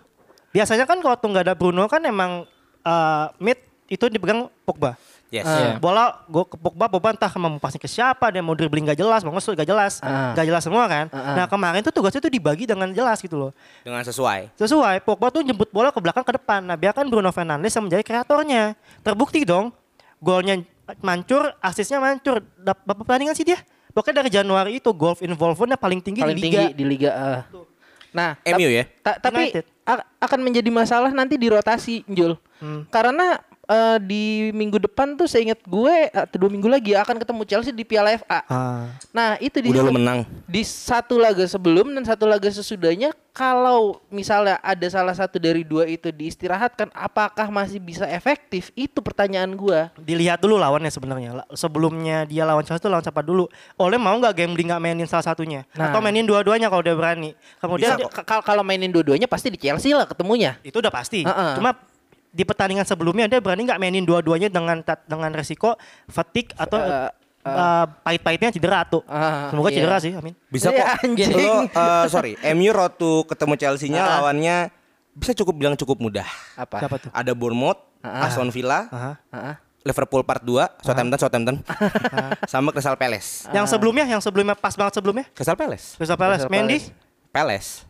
[SPEAKER 6] Biasanya kan kalau tuh nggak ada Bruno kan emang eh, mid itu dipegang Pogba.
[SPEAKER 7] Yes.
[SPEAKER 5] Ah.
[SPEAKER 6] Bola gue ke Pogba, Pogba entah mau passing ke siapa, dia mau dribbling gak jelas, mau ngesut gak jelas,
[SPEAKER 5] Ah.
[SPEAKER 6] gak jelas semua kan.
[SPEAKER 5] Ah, ah.
[SPEAKER 6] Nah kemarin tuh tugasnya tuh dibagi dengan jelas gitu loh.
[SPEAKER 7] Dengan sesuai.
[SPEAKER 6] Sesuai, Pogba tuh jemput bola ke belakang ke depan. Nah, biarkan Bruno Fernandes yang menjadi kreatornya. Terbukti dong, golnya mancur, asisnya mancur. Dapat pertandingan sih dia. Pokoknya dari Januari itu golf involvementnya paling tinggi
[SPEAKER 5] Paling
[SPEAKER 6] di
[SPEAKER 5] tinggi
[SPEAKER 6] liga.
[SPEAKER 5] di liga. ah. Nah, tap-
[SPEAKER 7] MU ya?
[SPEAKER 5] Ta- tapi
[SPEAKER 6] United.
[SPEAKER 5] a- akan menjadi masalah nanti di rotasi, Jul.
[SPEAKER 6] Hmm.
[SPEAKER 5] Karena eh, di minggu depan tuh seingat gue atau dua minggu lagi akan ketemu Chelsea di Piala FA.
[SPEAKER 6] Ah.
[SPEAKER 5] Nah, itu di
[SPEAKER 7] Udah lu menang.
[SPEAKER 5] di satu laga sebelum dan satu laga sesudahnya kalau misalnya ada salah satu dari dua itu diistirahatkan apakah masih bisa efektif? Itu pertanyaan gue.
[SPEAKER 6] Dilihat dulu lawannya sebenarnya. La- Sebelumnya dia lawan Chelsea itu lawan siapa dulu. Oleh mau nggak gambling nggak mainin salah satunya.
[SPEAKER 5] Nah.
[SPEAKER 6] Atau mainin dua-duanya kalau dia berani. Kemudian dia-
[SPEAKER 5] Kalau mainin dua-duanya pasti di Chelsea lah ketemunya.
[SPEAKER 6] itu udah pasti.
[SPEAKER 5] Ah, ah.
[SPEAKER 6] Cuma di pertandingan sebelumnya dia berani nggak mainin dua-duanya dengan ta- dengan resiko fatigue atau
[SPEAKER 5] Eh,
[SPEAKER 6] eh, pahit-pahitnya cedera tuh.
[SPEAKER 5] Ah,
[SPEAKER 6] Semoga
[SPEAKER 5] iya.
[SPEAKER 6] cedera sih, amin.
[SPEAKER 7] Bisa kok.
[SPEAKER 5] Ya, anjing. Ah.
[SPEAKER 7] Lo eh, sorry, MU road to ketemu Chelsea-nya lawannya bisa cukup bilang cukup mudah.
[SPEAKER 5] Apa? Ah,
[SPEAKER 6] Siapa tuh?
[SPEAKER 7] Ada Bournemouth, Aston Villa,
[SPEAKER 6] Aha.
[SPEAKER 5] Heeh.
[SPEAKER 7] Liverpool part
[SPEAKER 5] Ah.
[SPEAKER 7] 2, Southampton, Southampton. Sama Crystal Palace.
[SPEAKER 6] Yang sebelumnya, yang sebelumnya pas banget sebelumnya.
[SPEAKER 7] Crystal Palace.
[SPEAKER 6] Crystal Palace,
[SPEAKER 5] Crystal
[SPEAKER 6] Mendy.
[SPEAKER 7] Palace.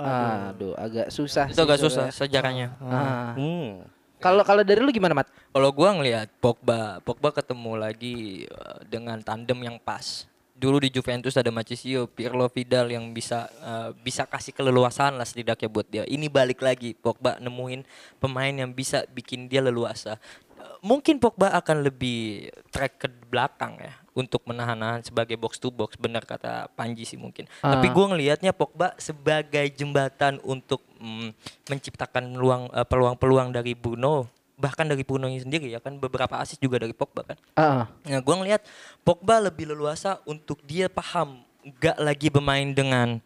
[SPEAKER 5] Aduh, agak susah.
[SPEAKER 8] Itu
[SPEAKER 5] sih
[SPEAKER 8] agak susah
[SPEAKER 5] sebenarnya.
[SPEAKER 8] sejarahnya.
[SPEAKER 5] Ah.
[SPEAKER 7] Hmm.
[SPEAKER 5] Kalau kalau dari lu gimana, Mat?
[SPEAKER 8] Kalau gua ngelihat Pogba, Pogba ketemu lagi eh, dengan tandem yang pas. Dulu di Juventus ada Marchisio, Pirlo, Vidal yang bisa eh, bisa kasih keleluasaan lah setidaknya buat dia. Ini balik lagi Pogba nemuin pemain yang bisa bikin dia leluasa. Eh, Mungkin Pogba akan lebih track ke belakang ya untuk menahan-nahan sebagai box to box benar kata Panji sih mungkin. Tapi gua ngelihatnya Pogba sebagai jembatan untuk mm, menciptakan peluang eh, peluang-peluang dari Bruno bahkan dari Bruno sendiri ya kan beberapa asis juga dari Pogba kan.
[SPEAKER 5] Ah.
[SPEAKER 8] Nah, gua ngelihat Pogba lebih leluasa untuk dia paham nggak lagi bermain dengan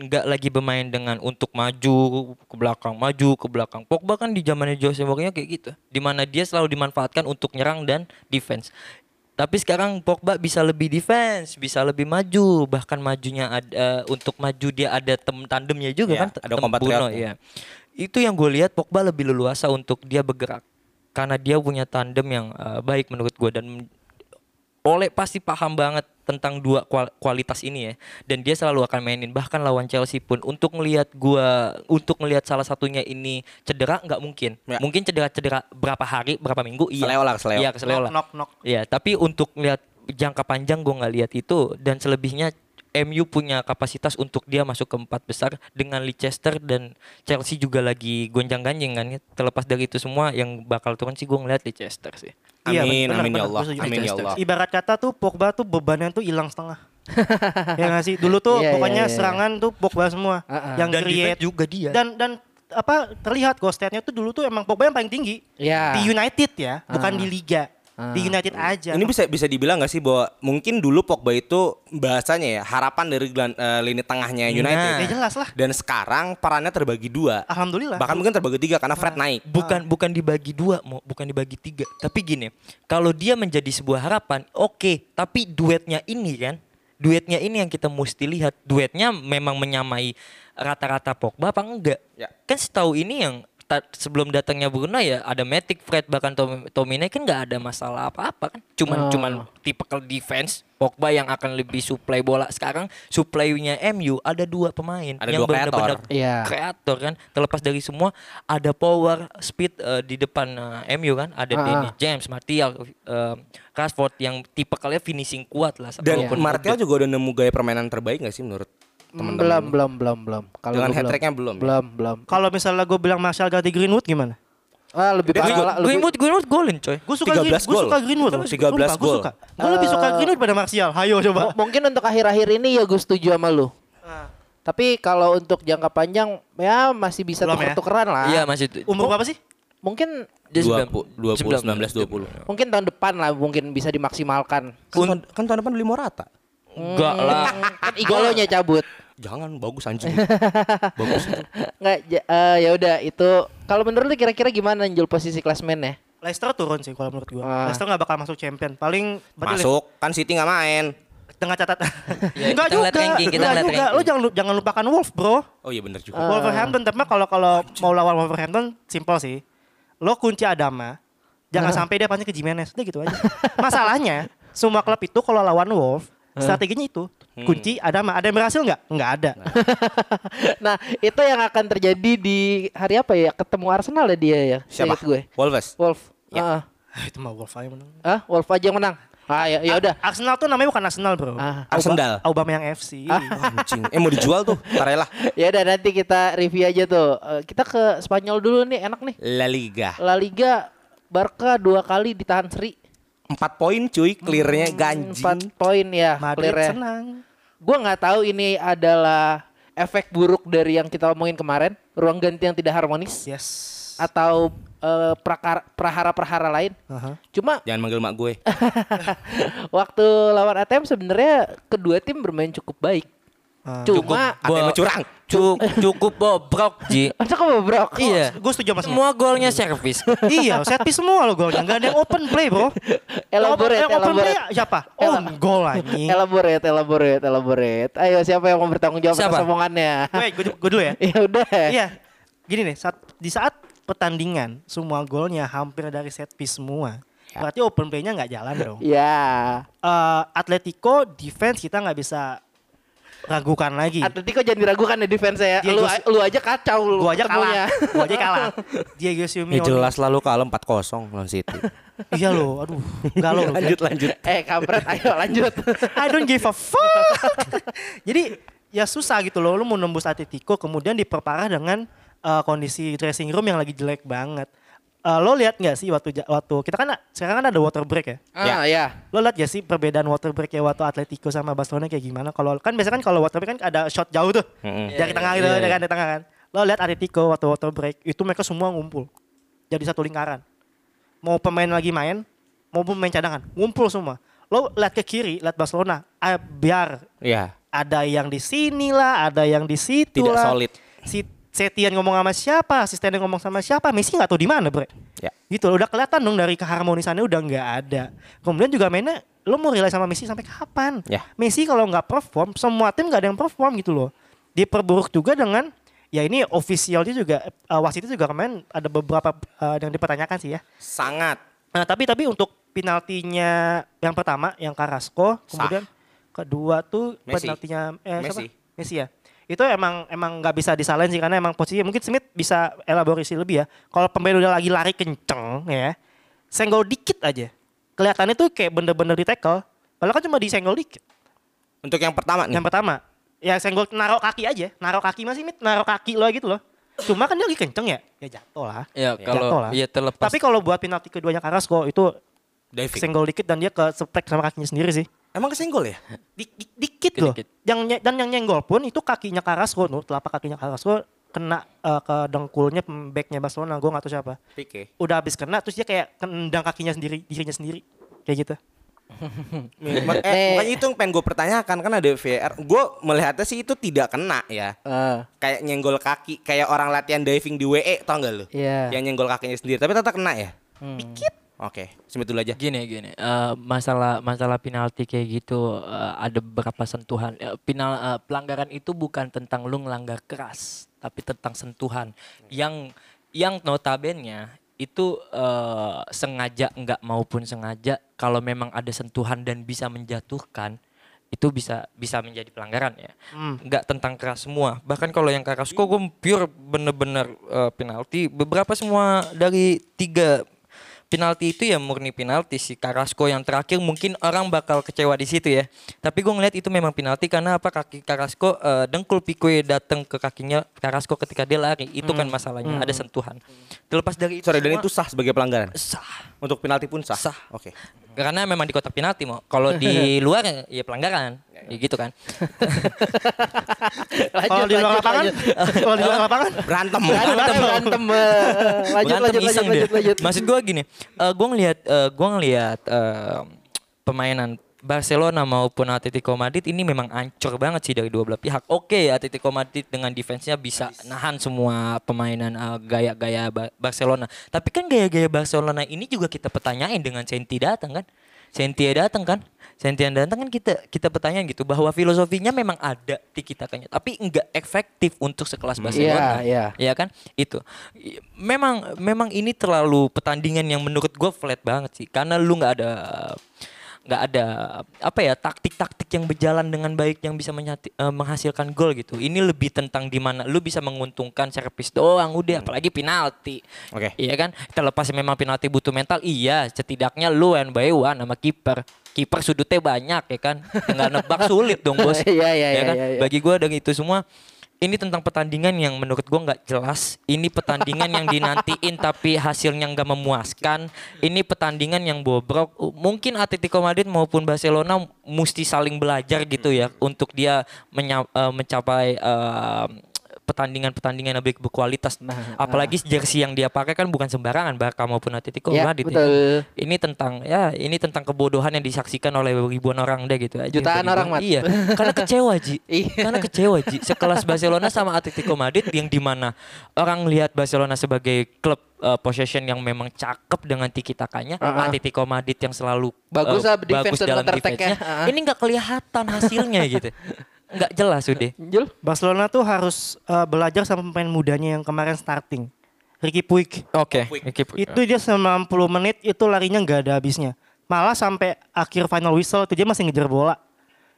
[SPEAKER 8] nggak lagi bermain dengan untuk maju ke belakang maju ke belakang Pogba kan di zamannya Jose Mourinho kayak gitu dimana dia selalu dimanfaatkan untuk nyerang dan defense tapi sekarang Pogba bisa lebih defense bisa lebih maju bahkan majunya ada untuk maju dia ada tem tandemnya juga
[SPEAKER 7] Iya,
[SPEAKER 8] kan
[SPEAKER 7] ada
[SPEAKER 8] tem-
[SPEAKER 7] kompatriotnya.
[SPEAKER 8] Bruno, iya. itu yang gue lihat Pogba lebih leluasa untuk dia bergerak karena dia punya tandem yang eh, baik menurut gue dan Ole pasti paham banget tentang dua kual- kualitas ini ya dan dia selalu akan mainin bahkan lawan Chelsea pun untuk melihat gua untuk melihat salah satunya ini cedera nggak mungkin
[SPEAKER 7] Ya.
[SPEAKER 8] mungkin cedera-cedera berapa hari berapa minggu iya
[SPEAKER 7] Seleo lah, seleo.
[SPEAKER 8] iya keseleo lah
[SPEAKER 6] Knock, knock, knock.
[SPEAKER 8] Iya, tapi untuk lihat jangka panjang gue nggak lihat itu dan selebihnya MU punya kapasitas untuk dia masuk ke empat besar dengan Leicester dan Chelsea juga lagi gonjang-ganjing kan. Terlepas dari itu semua yang bakal turun sih gue ngeliat Leicester sih.
[SPEAKER 6] Iya,
[SPEAKER 7] Amin,
[SPEAKER 6] benar,
[SPEAKER 7] amin ya
[SPEAKER 6] benar.
[SPEAKER 7] Allah,
[SPEAKER 6] Gua setuju.
[SPEAKER 7] amin ya Allah.
[SPEAKER 6] Ibarat kata tuh Pogba tuh bebannya tuh hilang setengah. ya nggak sih? Dulu tuh
[SPEAKER 5] Iya, iya,
[SPEAKER 6] pokoknya
[SPEAKER 5] iya, iya.
[SPEAKER 6] serangan tuh Pogba semua
[SPEAKER 5] Ah, ah.
[SPEAKER 6] yang
[SPEAKER 8] Dan
[SPEAKER 6] create
[SPEAKER 8] defense juga dia.
[SPEAKER 6] Dan dan apa terlihat goal statnya tuh dulu tuh emang Pogba yang paling tinggi.
[SPEAKER 5] Ya.
[SPEAKER 6] Di United ya, bukan
[SPEAKER 5] Ah.
[SPEAKER 6] di liga.
[SPEAKER 5] Ah.
[SPEAKER 6] Di United aja.
[SPEAKER 7] Ini bisa bisa dibilang gak sih bahwa mungkin dulu Pogba itu bahasanya ya harapan dari gelan- eh, lini tengahnya United.
[SPEAKER 8] Nah.
[SPEAKER 6] ya jelas Iya, lah.
[SPEAKER 7] Dan sekarang perannya terbagi dua.
[SPEAKER 6] Alhamdulillah.
[SPEAKER 7] Bahkan mungkin terbagi tiga karena Fred
[SPEAKER 6] Nah.
[SPEAKER 7] naik.
[SPEAKER 8] Bukan bukan dibagi dua, Mo. bukan dibagi tiga. Tapi gini, kalau dia menjadi sebuah harapan, oke. Tapi duetnya ini kan, duetnya ini yang kita mesti lihat. Duetnya memang menyamai rata-rata Pogba apa enggak?
[SPEAKER 7] Ya.
[SPEAKER 8] Kan setahu ini yang ta- sebelum datangnya Bruno ya ada Matic, Fred bahkan Tom Tomine kan nggak ada masalah apa-apa kan.
[SPEAKER 5] Oh.
[SPEAKER 8] Cuman cuman typical defense Pogba yang akan lebih supply bola sekarang supply-nya MU ada dua pemain
[SPEAKER 7] Ada
[SPEAKER 8] yang
[SPEAKER 7] dua kreator.
[SPEAKER 8] benar-benar
[SPEAKER 5] Iya.
[SPEAKER 8] kreator kan terlepas dari semua ada power speed eh, di depan eh, MU kan ada
[SPEAKER 5] Ah,
[SPEAKER 8] Danny
[SPEAKER 5] ah.
[SPEAKER 8] James Martial eh, Rashford yang tipe kalian finishing kuat lah
[SPEAKER 7] Dan
[SPEAKER 8] walaupun
[SPEAKER 7] Martial
[SPEAKER 8] udah-
[SPEAKER 7] juga udah nemu gaya permainan terbaik gak sih menurut teman-teman?
[SPEAKER 5] Mm, belum, belum, belum, belum. Kalau
[SPEAKER 7] Dengan
[SPEAKER 5] gua
[SPEAKER 7] hat-tricknya belum ya?
[SPEAKER 5] Belum, belum.
[SPEAKER 6] Kalau misalnya gue bilang Martial ganti Greenwood gimana?
[SPEAKER 5] Ah, lebih
[SPEAKER 7] Dia juga-
[SPEAKER 5] parah lah, lebih-
[SPEAKER 8] Greenwood Greenwood golin coy
[SPEAKER 6] Gue suka, Green,
[SPEAKER 7] 13
[SPEAKER 6] gua
[SPEAKER 7] gol.
[SPEAKER 6] suka Greenwood.
[SPEAKER 7] Kita 13
[SPEAKER 6] Gue
[SPEAKER 7] gol.
[SPEAKER 6] suka. Gue lebih suka
[SPEAKER 5] Eh,
[SPEAKER 8] Ah.
[SPEAKER 6] Greenwood pada Martial. Hayo coba.
[SPEAKER 5] Mu- mungkin untuk akhir-akhir ini ya gue setuju sama lu. Tapi kalau untuk jangka panjang ya masih bisa
[SPEAKER 6] Belum ya?
[SPEAKER 5] tuker-tukeran lah.
[SPEAKER 8] iya masih itu
[SPEAKER 6] Umur berapa sih?
[SPEAKER 5] Mungkin
[SPEAKER 7] Dua
[SPEAKER 8] Dia sembilan-
[SPEAKER 7] pu- dua puluh,
[SPEAKER 8] sembilan-
[SPEAKER 7] 19-20.
[SPEAKER 5] mungkin tahun depan lah mungkin bisa dimaksimalkan.
[SPEAKER 7] Kan, tahun- kan tahun depan beli Morata.
[SPEAKER 8] enggak lah
[SPEAKER 7] Hmm.
[SPEAKER 5] Kan igolonya cabut.
[SPEAKER 7] Jangan bagus anjing. bagus itu.
[SPEAKER 5] Nggak ja- eh, ya udah itu kalau menurut lu kira-kira gimana Jul posisi klasmen ya?
[SPEAKER 6] Leicester turun sih kalau menurut gue.
[SPEAKER 5] Ah.
[SPEAKER 6] Leicester nggak bakal masuk champion. Paling berarti
[SPEAKER 7] Masuk kan City nggak main.
[SPEAKER 6] Tengah catatan.
[SPEAKER 8] Ya,
[SPEAKER 6] Enggak
[SPEAKER 8] kita
[SPEAKER 6] juga.
[SPEAKER 8] ngeliat ranking, kita
[SPEAKER 6] Enggak
[SPEAKER 8] ngeliat
[SPEAKER 6] juga. Lo
[SPEAKER 8] ranking.
[SPEAKER 6] jangan lu- jangan lupakan Wolf, Bro.
[SPEAKER 7] Oh iya benar
[SPEAKER 6] Eh.
[SPEAKER 5] Eh,
[SPEAKER 7] juga.
[SPEAKER 6] Wolverhampton tapi kalau kalau mau lawan Wolverhampton simpel sih. Lo kunci Adama. Jangan sampai dia pancing ke Jimenez. Udah gitu aja. Masalahnya semua klub itu kalau lawan Wolf strateginya itu
[SPEAKER 5] Hmm.
[SPEAKER 6] kunci Adama. Ada yang berhasil nggak? Nggak ada.
[SPEAKER 5] nah, itu yang akan terjadi di hari apa ya? Ketemu Arsenal ya dia ya.
[SPEAKER 7] Siapa?
[SPEAKER 5] Seingat gue.
[SPEAKER 7] Wolves.
[SPEAKER 5] Wolf.
[SPEAKER 7] Ya.
[SPEAKER 5] Ah,
[SPEAKER 6] itu mah Wolf aja menang.
[SPEAKER 5] ah. Ah, Wolf aja yang menang. Ah, ya ya udah.
[SPEAKER 6] A- Arsenal tuh namanya bukan Arsenal, Bro.
[SPEAKER 5] Ah.
[SPEAKER 7] Arsenal.
[SPEAKER 6] Aubameyang FC.
[SPEAKER 7] Anjing. Eh mau dijual tuh. Tarelah.
[SPEAKER 5] Ya udah nanti kita review aja tuh. Eh, kita ke Spanyol dulu nih, enak nih.
[SPEAKER 7] La Liga.
[SPEAKER 5] La Liga Barca dua kali ditahan seri. Hmm,
[SPEAKER 7] 4 poin cuy clearnya
[SPEAKER 6] Hmm,
[SPEAKER 7] ganjing.
[SPEAKER 5] Empat poin ya
[SPEAKER 6] Madrid
[SPEAKER 5] clear ya.
[SPEAKER 6] senang.
[SPEAKER 5] Gue nggak tahu ini adalah efek buruk dari yang kita omongin kemarin, ruang ganti yang tidak harmonis
[SPEAKER 6] Yes.
[SPEAKER 5] atau eh, prakar- prahara-prahara lain.
[SPEAKER 6] Aha.
[SPEAKER 5] Cuma
[SPEAKER 7] Jangan manggil mak gue.
[SPEAKER 5] waktu lawan ATM sebenarnya kedua tim bermain cukup baik.
[SPEAKER 6] Ah.
[SPEAKER 5] Cuma
[SPEAKER 7] Ada yang
[SPEAKER 8] Bo-
[SPEAKER 7] curang.
[SPEAKER 8] cu- cukup bobrok ji
[SPEAKER 5] Cukup bobrok.
[SPEAKER 8] iya
[SPEAKER 6] Gue setuju sama semua.
[SPEAKER 8] semua golnya servis
[SPEAKER 6] iya, set piece semua lo golnya. Gak ada yang open play, bro.
[SPEAKER 5] Elaborate,
[SPEAKER 6] Yang open play
[SPEAKER 5] elaborate.
[SPEAKER 6] siapa?
[SPEAKER 5] Ela-
[SPEAKER 6] On goal anjing.
[SPEAKER 5] Elaborate, elaborate, elaborate. Ayo siapa yang mau bertanggung jawab
[SPEAKER 8] Siapa?
[SPEAKER 5] atas omongannya?
[SPEAKER 6] Wait, gue gue dulu ya.
[SPEAKER 5] ya udah.
[SPEAKER 6] Iya. Gini nih, saat, di saat pertandingan semua golnya hampir dari set piece semua. Berarti open play-nya nggak jalan dong.
[SPEAKER 5] Ya.
[SPEAKER 6] Eh, Atletico defense kita nggak bisa ragukan lagi.
[SPEAKER 5] Atletico jangan diragukan ya defense ya.
[SPEAKER 6] Dia
[SPEAKER 5] Lu,
[SPEAKER 6] Iya. gua-
[SPEAKER 5] lu aja kacau lu.
[SPEAKER 6] Gua aja
[SPEAKER 5] ketemunya.
[SPEAKER 6] kalah. Gua aja kalah. Diego Simeone.
[SPEAKER 7] Ya jelas lalu kalah 4-0 lawan City.
[SPEAKER 6] Iya lo, aduh. Galau lo.
[SPEAKER 7] lanjut lanjut.
[SPEAKER 5] eh kampret ayo lanjut.
[SPEAKER 6] I don't give a fuck. Jadi ya susah gitu loh. Lu mau nembus Atletico kemudian diperparah dengan uh, kondisi dressing room yang lagi jelek banget. Uh, lo lihat nggak sih waktu ja- waktu kita kan sekarang kan ada water break ya?
[SPEAKER 5] ah ya.
[SPEAKER 6] Lo lihat gak sih perbedaan water break ya waktu Atletico sama Barcelona kayak gimana? Kalau kan biasanya kan kalau water break kan ada shot jauh tuh
[SPEAKER 7] Mm-mm.
[SPEAKER 6] dari tengah gitu, dari kan, dari tengah kan. Lo lihat Atletico waktu water break itu mereka semua ngumpul jadi satu lingkaran. Mau pemain lagi main, mau pemain cadangan, ngumpul semua. Lo lihat ke kiri, lihat Barcelona, ah, biar
[SPEAKER 7] Ya.
[SPEAKER 6] ada yang di sini lah, ada yang di situ
[SPEAKER 7] Tidak
[SPEAKER 6] lah.
[SPEAKER 7] solid.
[SPEAKER 6] Si Setian ngomong sama siapa, asistennya ngomong sama siapa, Messi nggak tahu di mana, Bre.
[SPEAKER 7] Ya.
[SPEAKER 6] Gitu udah kelihatan dong dari keharmonisannya udah nggak ada. Kemudian juga mainnya lo mau rely sama Messi sampai kapan?
[SPEAKER 7] Ya.
[SPEAKER 6] Messi kalau nggak perform, semua tim nggak ada yang perform gitu loh. Diperburuk juga dengan ya ini officialnya juga eh, wasitnya juga kemarin ada beberapa eh, yang dipertanyakan sih ya.
[SPEAKER 7] Sangat.
[SPEAKER 6] Nah, tapi tapi untuk penaltinya yang pertama yang Carrasco,
[SPEAKER 7] Sah.
[SPEAKER 6] kemudian kedua tuh
[SPEAKER 7] Messi.
[SPEAKER 6] penaltinya eh, siapa?
[SPEAKER 7] Messi.
[SPEAKER 6] Messi ya. Itu emang emang nggak bisa disalahin sih karena emang posisinya mungkin Smith bisa elaborasi lebih ya. Kalau pemain udah lagi lari kenceng ya, senggol dikit aja. Kelihatannya tuh kayak bener-bener di tackle, padahal kan cuma disenggol dikit.
[SPEAKER 7] Untuk yang pertama nih.
[SPEAKER 6] Yang pertama, ya senggol naruh kaki aja, naruh kaki masih Smith, naruh kaki lo gitu loh. Cuma kan dia lagi kenceng ya, ya jatuh lah.
[SPEAKER 7] Eh,
[SPEAKER 8] Ya
[SPEAKER 6] Jatuh
[SPEAKER 8] kalau
[SPEAKER 6] lah.
[SPEAKER 8] ya terlepas
[SPEAKER 6] Tapi kalau buat penalti keduanya Carrasco itu
[SPEAKER 7] Diving.
[SPEAKER 6] senggol dikit dan dia ke seprek sama kakinya sendiri sih.
[SPEAKER 7] Emang kesenggol ya?
[SPEAKER 6] Di- di- dikit loh.
[SPEAKER 8] Dikit.
[SPEAKER 6] Yang nye- dan yang nyenggol pun itu kakinya Carrasco tuh, telapak kakinya Carrasco kena eh, ke dengkulnya pem- backnya Barcelona, gue gak tahu siapa.
[SPEAKER 7] Pique.
[SPEAKER 6] Udah habis kena terus dia kayak kendang kakinya sendiri, dirinya sendiri. Kayak gitu.
[SPEAKER 7] eh, makanya itu yang pengen gue pertanyakan kan ada VAR. Gue melihatnya sih itu tidak kena ya.
[SPEAKER 5] Eh,
[SPEAKER 7] Kayak nyenggol kaki, kayak orang latihan diving di WE tau gak lu?
[SPEAKER 5] Iya.
[SPEAKER 7] Yang nyenggol kakinya sendiri, tapi tetap kena ya?
[SPEAKER 6] Dikit.
[SPEAKER 7] Oke, semit dulu aja.
[SPEAKER 8] gini gini eh, masalah masalah penalti kayak gitu eh, ada beberapa sentuhan Eh, penal eh, pelanggaran itu bukan tentang lu ngelanggar keras tapi tentang sentuhan yang yang notabene itu eh, sengaja nggak maupun sengaja kalau memang ada sentuhan dan bisa menjatuhkan itu bisa bisa menjadi pelanggaran ya nggak tentang keras semua bahkan kalau yang keras kok gue pure bener-bener eh, penalti beberapa semua dari tiga penalti itu ya murni penalti si Carrasco yang terakhir mungkin orang bakal kecewa di situ ya. Tapi gue ngeliat itu memang penalti karena apa kaki Carrasco eh, dengkul Pique datang ke kakinya Carrasco ketika dia lari itu kan masalahnya ada sentuhan. Terlepas dari itu
[SPEAKER 7] Sorry, dan
[SPEAKER 8] semua,
[SPEAKER 7] itu sah sebagai pelanggaran.
[SPEAKER 8] sah
[SPEAKER 7] Untuk penalti pun sah.
[SPEAKER 8] Sah.
[SPEAKER 7] Oke.
[SPEAKER 8] karena memang di kotak penalti mau kalau di luar ya- ya pelanggaran ya gitu kan
[SPEAKER 6] Ya, Kalau di luar lapangan, kalau di luar lapangan
[SPEAKER 7] Berantem.
[SPEAKER 5] Berantem, berantem. eh, Lanjut, lanjut,
[SPEAKER 8] Berantem
[SPEAKER 5] lanjut,
[SPEAKER 8] iseng
[SPEAKER 5] lanjut,
[SPEAKER 8] dia.
[SPEAKER 5] lanjut.
[SPEAKER 8] Maksud gue gini, eh gue ngelihat eh gue ngelihat eh, permainan Barcelona maupun Atletico Madrid ini memang ancur banget sih dari dua belah pihak. Oke, Atletico Madrid dengan defense-nya bisa nahan semua permainan eh, gaya-gaya Ba- Barcelona. Tapi kan gaya-gaya Barcelona ini juga kita pertanyain dengan Senti datang kan? Sentia datang kan? Sentia datang kan kita kita pertanyaan gitu bahwa filosofinya memang ada di kita tapi enggak efektif untuk sekelas
[SPEAKER 5] Iya,
[SPEAKER 8] Barcelona.
[SPEAKER 5] iya.
[SPEAKER 8] Ya kan? Itu. I- Memang memang ini terlalu pertandingan yang menurut gue flat banget sih. Karena lu nggak ada nggak ada apa ya taktik-taktik yang berjalan dengan baik yang bisa menyati- eh, menghasilkan gol gitu. Ini lebih tentang di mana lu bisa menguntungkan servis doang
[SPEAKER 5] Hmm.
[SPEAKER 8] udah apalagi penalti.
[SPEAKER 7] Oke.
[SPEAKER 8] Iya kan? Terlepas memang penalti butuh mental, iya setidaknya lu one by one sama kiper. Kiper sudutnya banyak ya kan. Tinggal nebak sulit dong, Bos.
[SPEAKER 5] Iya, iya,
[SPEAKER 8] Ya
[SPEAKER 5] iya,
[SPEAKER 8] kan?
[SPEAKER 5] iya, iya.
[SPEAKER 8] Bagi gua dari itu semua ini tentang pertandingan yang menurut gua nggak jelas. Ini pertandingan yang dinantiin tapi hasilnya nggak memuaskan. Ini pertandingan yang bobrok. U- Mungkin Atletico Madrid maupun Barcelona mesti saling belajar gitu ya
[SPEAKER 5] Hmm.
[SPEAKER 8] untuk dia menya- eh, mencapai eh, pertandingan-pertandingan yang lebih berkualitas.
[SPEAKER 5] Nah,
[SPEAKER 8] Apalagi jersey yang dia pakai kan bukan sembarangan Barca maupun Atletico
[SPEAKER 5] Ya,
[SPEAKER 8] Madrid. ya.
[SPEAKER 5] betul.
[SPEAKER 8] Ini tentang ya ini tentang kebodohan yang disaksikan oleh ribuan orang deh gitu. Anjing,
[SPEAKER 5] Jutaan
[SPEAKER 8] ribuan.
[SPEAKER 5] orang, Mat.
[SPEAKER 8] Iya, karena kecewa Ji.
[SPEAKER 5] Iya.
[SPEAKER 8] karena Kan kecewa Ji. Sekelas Barcelona sama Atletico Madrid yang dimana orang lihat Barcelona sebagai klub eh, possession yang memang cakep dengan tiki takanya, Atletico Madrid yang selalu eh,
[SPEAKER 5] Ah, Bagus lah defense
[SPEAKER 8] bagus
[SPEAKER 5] dan Ah,
[SPEAKER 8] dalam
[SPEAKER 5] counter-attack-nya.
[SPEAKER 8] defense-nya. Ini nggak kelihatan hasilnya gitu. Nggak jelas udah.
[SPEAKER 5] Jul?
[SPEAKER 6] Barcelona tuh harus eh, belajar sama pemain mudanya yang kemarin starting. Ricky Puig.
[SPEAKER 8] Oke.
[SPEAKER 6] Itu dia 90 menit itu larinya nggak ada habisnya. Malah sampai akhir final whistle itu dia masih ngejar bola.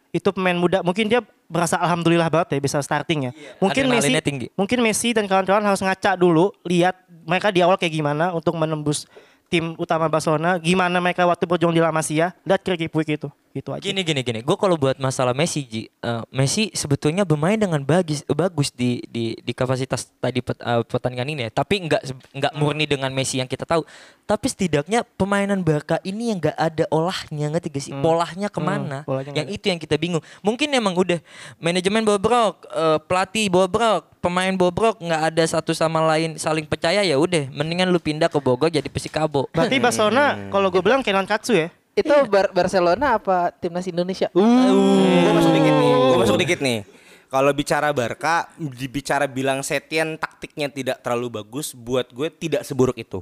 [SPEAKER 6] Itu pemain muda, mungkin dia berasa alhamdulillah banget ya bisa starting ya. Mungkin Messi,
[SPEAKER 8] Iya. Adrenalinnya tinggi.
[SPEAKER 6] mungkin Messi dan kawan-kawan harus ngaca dulu, lihat mereka di awal kayak gimana untuk menembus tim utama Barcelona, gimana mereka waktu berjuang di La Masia, lihat Ricky Puig itu. Gitu aja.
[SPEAKER 8] Gini gini gini, gue kalau buat masalah Messi, Ji, eh, Messi sebetulnya bermain dengan bagus bagus di di di kapasitas tadi pet- eh, pertandingan ini ya. Tapi nggak se- nggak murni dengan Messi yang kita tahu. Tapi setidaknya permainan Barca ini yang nggak ada olahnya ngerti gak sih? Polahnya kemana?
[SPEAKER 6] Hmm. polahnya nggak
[SPEAKER 8] yang itu yang kita bingung. Mungkin emang udah manajemen bobrok, eh, pelatih bobrok, pemain bobrok nggak ada satu sama lain saling percaya ya udah. Mendingan lu pindah ke Bogor jadi Persikabo.
[SPEAKER 6] Berarti
[SPEAKER 8] Hmm.
[SPEAKER 6] Barcelona kalau gue bilang Kenan Katsu ya.
[SPEAKER 5] Itu Bar- Barcelona apa timnas Indonesia? Uh.
[SPEAKER 7] Gue masuk dikit nih. Gue
[SPEAKER 5] Oh.
[SPEAKER 7] masuk dikit nih. Kalau bicara Barca, dibicara bilang Setien taktiknya tidak terlalu bagus, buat gue tidak seburuk itu.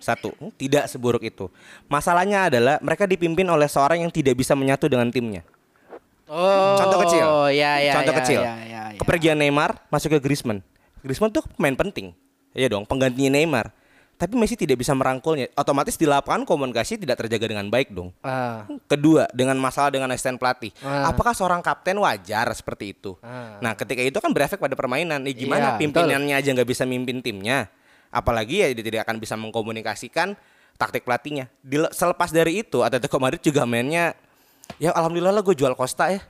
[SPEAKER 7] Satu, hmm, tidak seburuk itu. Masalahnya adalah mereka dipimpin oleh seorang yang tidak bisa menyatu dengan timnya.
[SPEAKER 5] Oh,
[SPEAKER 7] Contoh kecil.
[SPEAKER 5] Ya, ya,
[SPEAKER 7] Contoh
[SPEAKER 5] ya,
[SPEAKER 7] kecil.
[SPEAKER 5] Ya, ya, ya.
[SPEAKER 7] Kepergian Neymar masuk ke Griezmann. Griezmann tuh pemain penting. Iya dong, penggantinya Neymar. tapi Messi tidak bisa merangkulnya. Otomatis di lapangan komunikasi tidak terjaga dengan baik dong.
[SPEAKER 5] Ah,
[SPEAKER 7] Kedua, dengan masalah dengan asisten pelatih.
[SPEAKER 5] Ah.
[SPEAKER 7] Apakah seorang kapten wajar seperti itu?
[SPEAKER 5] Ah.
[SPEAKER 7] Nah, ketika itu kan berefek pada permainan. Eh, gimana
[SPEAKER 5] Iya,
[SPEAKER 7] pimpinannya aja nggak bisa mimpin timnya. Apalagi ya dia tidak akan bisa mengkomunikasikan taktik pelatihnya. Di- selepas dari itu, Atletico Madrid juga mainnya ya alhamdulillah lah gue jual Costa ya.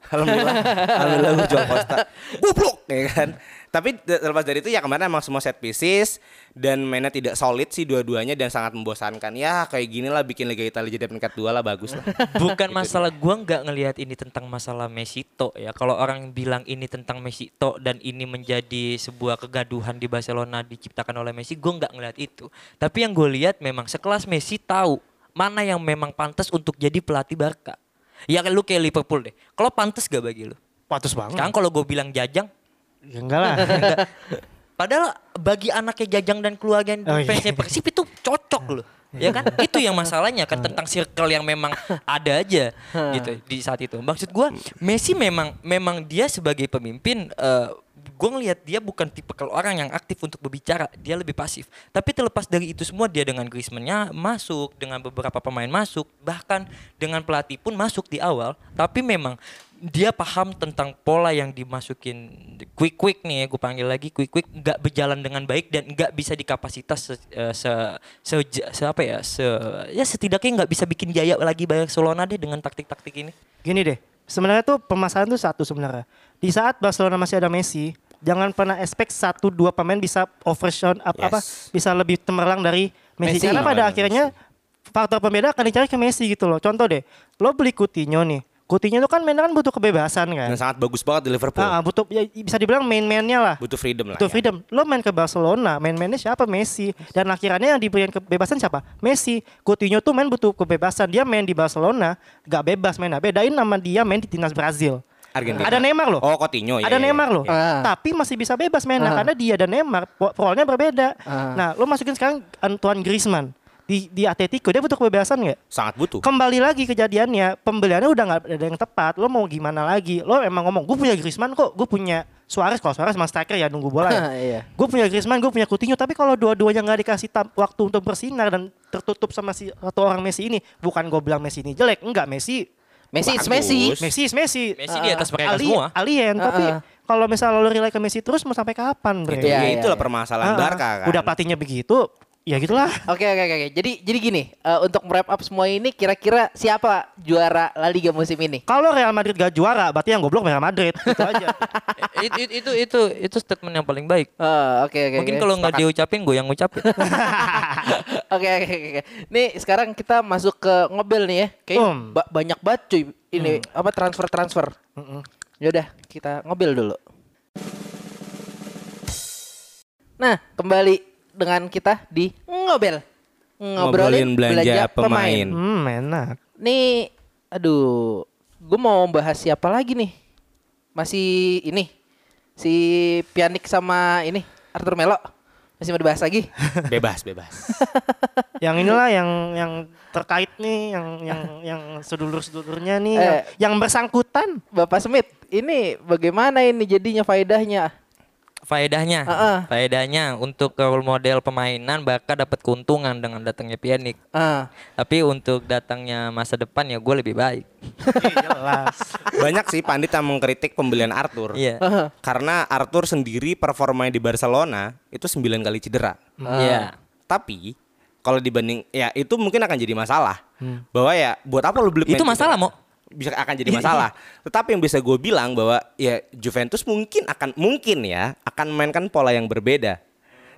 [SPEAKER 7] Alhamdulillah, alhamdulillah gue jual Costa. Bubluk ya kan. Tapi de- selepas dari itu ya kemarin emang semua set pieces dan mainnya tidak solid sih dua-duanya dan sangat membosankan. Ya kayak gini lah bikin Liga Italia jadi peringkat dua lah bagus lah.
[SPEAKER 8] Bukan masalah gua nggak ngelihat ini tentang masalah Messi to ya. Kalau orang bilang ini tentang Messi to dan ini menjadi sebuah kegaduhan di Barcelona diciptakan oleh Messi, gua nggak ngelihat itu. Tapi yang gue lihat memang sekelas Messi tahu mana yang memang pantas untuk jadi pelatih Barca. Ya kayak lu kayak Liverpool deh. Kalau pantas gak bagi lu?
[SPEAKER 6] Patus banget.
[SPEAKER 8] Sekarang kalau gue bilang Jajang,
[SPEAKER 6] Ya enggak lah.
[SPEAKER 8] padahal bagi anaknya Jajang dan keluarga yang
[SPEAKER 6] Oh, iya.
[SPEAKER 8] fansnya Persib itu cocok loh. Ya kan? Itu yang masalahnya kan tentang circle yang memang ada aja gitu di saat itu. Maksud gua Messi memang memang dia sebagai pemimpin eh, gua ngelihat dia bukan tipe kalau orang yang aktif untuk berbicara, dia lebih pasif. Tapi terlepas dari itu semua dia dengan Griezmann-nya masuk, dengan beberapa pemain masuk, bahkan dengan pelatih pun masuk di awal, tapi memang dia paham tentang pola yang dimasukin quick quick nih ya gue panggil lagi quick quick nggak berjalan dengan baik dan nggak bisa dikapasitas se, eh, se, se, se- apa ya se ya setidaknya nggak bisa bikin jaya lagi Barcelona deh dengan taktik-taktik ini
[SPEAKER 6] Gini deh, sebenarnya tuh permasalahan tuh satu sebenarnya. Di saat Barcelona masih ada Messi, jangan pernah expect satu dua pemain bisa overshot apa, apa
[SPEAKER 7] Yes.
[SPEAKER 6] bisa lebih cemerlang dari
[SPEAKER 7] Messi.
[SPEAKER 6] Messi.
[SPEAKER 7] Iya,
[SPEAKER 6] Karena pada
[SPEAKER 7] Cemerlang
[SPEAKER 6] akhirnya faktor pembeda akan dicari ke Messi gitu loh. Contoh deh, lo beli Coutinho nih. Coutinho tuh kan mainnya kan butuh kebebasan kan.
[SPEAKER 7] Dan sangat bagus banget di Liverpool.
[SPEAKER 6] Ah, ah, butuh ya, bisa dibilang main-mainnya lah.
[SPEAKER 7] Butuh freedom lah.
[SPEAKER 6] Butuh
[SPEAKER 7] ya.
[SPEAKER 6] freedom. Lo main ke Barcelona, main-mainnya siapa? Messi. Dan akhirnya yang diberikan kebebasan siapa? Messi. Coutinho tuh main butuh kebebasan. Dia main di Barcelona, gak bebas mainnya. Bedain nama dia main di timnas Brazil.
[SPEAKER 7] Argentina.
[SPEAKER 6] Ada Neymar loh.
[SPEAKER 7] Oh, Coutinho ya.
[SPEAKER 6] ada
[SPEAKER 7] ya, ya.
[SPEAKER 6] Neymar loh,
[SPEAKER 5] Ah.
[SPEAKER 6] tapi masih bisa bebas main
[SPEAKER 5] Ah.
[SPEAKER 6] Nah, karena dia dan Neymar po- role-nya berbeda.
[SPEAKER 5] Ah.
[SPEAKER 6] Nah, lo masukin sekarang Antoine Griezmann di di Atletico dia butuh kebebasan nggak?
[SPEAKER 7] Sangat butuh.
[SPEAKER 6] Kembali lagi kejadiannya pembeliannya udah nggak ada yang tepat. Lo mau gimana lagi? Lo emang ngomong gue punya Griezmann kok, gue punya Suarez kalau Suarez emang striker ya nunggu bola. ya.
[SPEAKER 5] Iya.
[SPEAKER 6] Gue punya Griezmann, gue punya Coutinho, tapi kalau dua-duanya nggak dikasih tam- waktu untuk bersinar dan tertutup sama si satu orang Messi ini, bukan gue bilang Messi ini jelek, enggak Messi,
[SPEAKER 5] Messi, it's
[SPEAKER 7] Bagus.
[SPEAKER 5] Messi.
[SPEAKER 6] Messi, is Messi,
[SPEAKER 8] Messi di atas mereka
[SPEAKER 6] Ali-
[SPEAKER 8] semua.
[SPEAKER 6] Alien, tapi
[SPEAKER 5] Ah, ah.
[SPEAKER 6] kalau misalnya lo rely ke Messi terus mau sampai kapan, Bre?
[SPEAKER 7] Itu
[SPEAKER 5] Iya,
[SPEAKER 7] ya,
[SPEAKER 5] iya, iya.
[SPEAKER 7] itulah permasalahan
[SPEAKER 6] Ah, ah.
[SPEAKER 7] Barca kan.
[SPEAKER 6] Udah pelatihnya begitu, ya gitulah.
[SPEAKER 5] Oke oke oke. oke. Jadi jadi gini, eh, untuk wrap up semua ini kira-kira siapa juara La Liga musim ini?
[SPEAKER 6] Kalau Real Madrid gak juara, berarti yang goblok Real Madrid. Gitu aja.
[SPEAKER 8] itu, itu itu itu itu statement yang paling baik
[SPEAKER 5] Eh, oke oke.
[SPEAKER 8] mungkin
[SPEAKER 5] oke.
[SPEAKER 8] kalau nggak diucapin gue yang ngucapin
[SPEAKER 5] Oke oke oke, oke. Nih sekarang kita masuk ke ngobel nih ya. Kayak
[SPEAKER 6] Hmm.
[SPEAKER 5] banyak banget cuy ini
[SPEAKER 7] Hmm.
[SPEAKER 5] apa transfer transfer. Yaudah kita ngobel dulu. Nah kembali dengan kita di ngobel
[SPEAKER 7] ngobrolin belanja, pemain.
[SPEAKER 6] hmm, enak.
[SPEAKER 5] Nih aduh gue mau bahas siapa lagi nih? Masih ini si Pianik sama ini Arthur Melo masih mau dibahas lagi?
[SPEAKER 7] Hmm. Bebas, bebas.
[SPEAKER 6] Yang inilah yang yang terkait nih, yang yang yang sedulur-sedulurnya nih,
[SPEAKER 5] Eh.
[SPEAKER 6] yang, yang bersangkutan.
[SPEAKER 5] Bapak Smith, ini bagaimana ini jadinya faedahnya?
[SPEAKER 8] faedahnya
[SPEAKER 5] Heeh.
[SPEAKER 8] faedahnya untuk role model pemainan Barca dapat keuntungan dengan datangnya Pjanic
[SPEAKER 5] Ah,
[SPEAKER 8] tapi untuk datangnya masa depan ya gue lebih baik
[SPEAKER 6] Ih, jelas.
[SPEAKER 7] Banyak sih pandit yang mengkritik pembelian Arthur.
[SPEAKER 8] iya
[SPEAKER 5] ah,
[SPEAKER 7] Karena Arthur sendiri performanya di Barcelona itu 9 kali cedera.
[SPEAKER 8] iya
[SPEAKER 7] Tapi kalau dibanding ya itu mungkin akan jadi masalah. Bahwa ya buat apa lu beli
[SPEAKER 8] Itu
[SPEAKER 7] pemain
[SPEAKER 8] masalah,
[SPEAKER 7] cedera?
[SPEAKER 8] Mo.
[SPEAKER 7] bisa akan
[SPEAKER 5] Iya.
[SPEAKER 7] jadi masalah. Tetapi yang bisa gue bilang bahwa ya Juventus mungkin akan mungkin ya akan memainkan pola yang berbeda,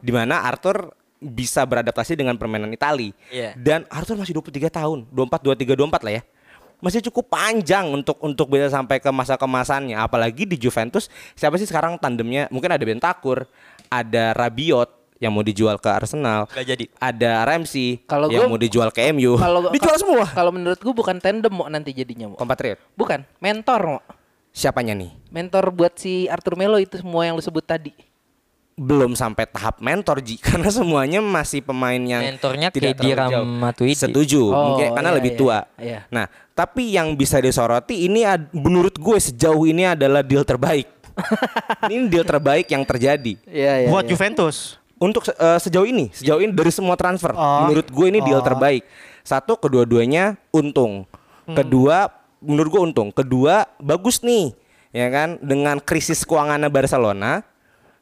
[SPEAKER 7] di mana Arthur bisa beradaptasi dengan permainan Itali.
[SPEAKER 8] Iya.
[SPEAKER 7] Dan Arthur masih 23 tahun, 24, 23, 24 lah ya. Masih cukup panjang untuk untuk bisa sampai ke masa kemasannya. Apalagi di Juventus siapa sih sekarang tandemnya? Mungkin ada Bentakur, ada Rabiot yang mau dijual ke Arsenal.
[SPEAKER 8] Nggak jadi.
[SPEAKER 7] Ada Ramsey
[SPEAKER 5] Kalau
[SPEAKER 7] yang
[SPEAKER 5] gua-
[SPEAKER 7] mau dijual ke MU.
[SPEAKER 5] kalau
[SPEAKER 7] dijual semua.
[SPEAKER 5] Kalau menurut gue bukan tandem Mo, nanti jadinya, Mo.
[SPEAKER 7] Kompatriot.
[SPEAKER 5] Bukan, mentor, Mo.
[SPEAKER 7] Siapanya nih?
[SPEAKER 5] Mentor buat si Arthur Melo itu semua yang lu sebut tadi.
[SPEAKER 7] belum sampai tahap mentor Ji karena semuanya masih pemain yang
[SPEAKER 8] Mentornya
[SPEAKER 7] tidak
[SPEAKER 8] KD
[SPEAKER 7] terlalu jauh.
[SPEAKER 8] Ramatuidi.
[SPEAKER 7] Setuju,
[SPEAKER 5] Oh,
[SPEAKER 7] mungkin karena
[SPEAKER 5] iya,
[SPEAKER 7] lebih
[SPEAKER 5] iya,
[SPEAKER 7] tua.
[SPEAKER 5] iya.
[SPEAKER 7] Nah, tapi yang bisa disoroti ini ad- menurut gue sejauh ini adalah deal terbaik. ini deal terbaik yang terjadi
[SPEAKER 5] Iya,
[SPEAKER 6] Buat Juventus.
[SPEAKER 7] Untuk se- eh, sejauh ini, sejauh ini dari semua transfer,
[SPEAKER 6] Oh.
[SPEAKER 7] menurut gue ini deal
[SPEAKER 6] Oh.
[SPEAKER 7] terbaik. Satu, kedua-duanya untung.
[SPEAKER 5] Hmm.
[SPEAKER 7] Kedua, menurut gue untung. Kedua, bagus nih, ya kan? Dengan krisis keuangannya Barcelona,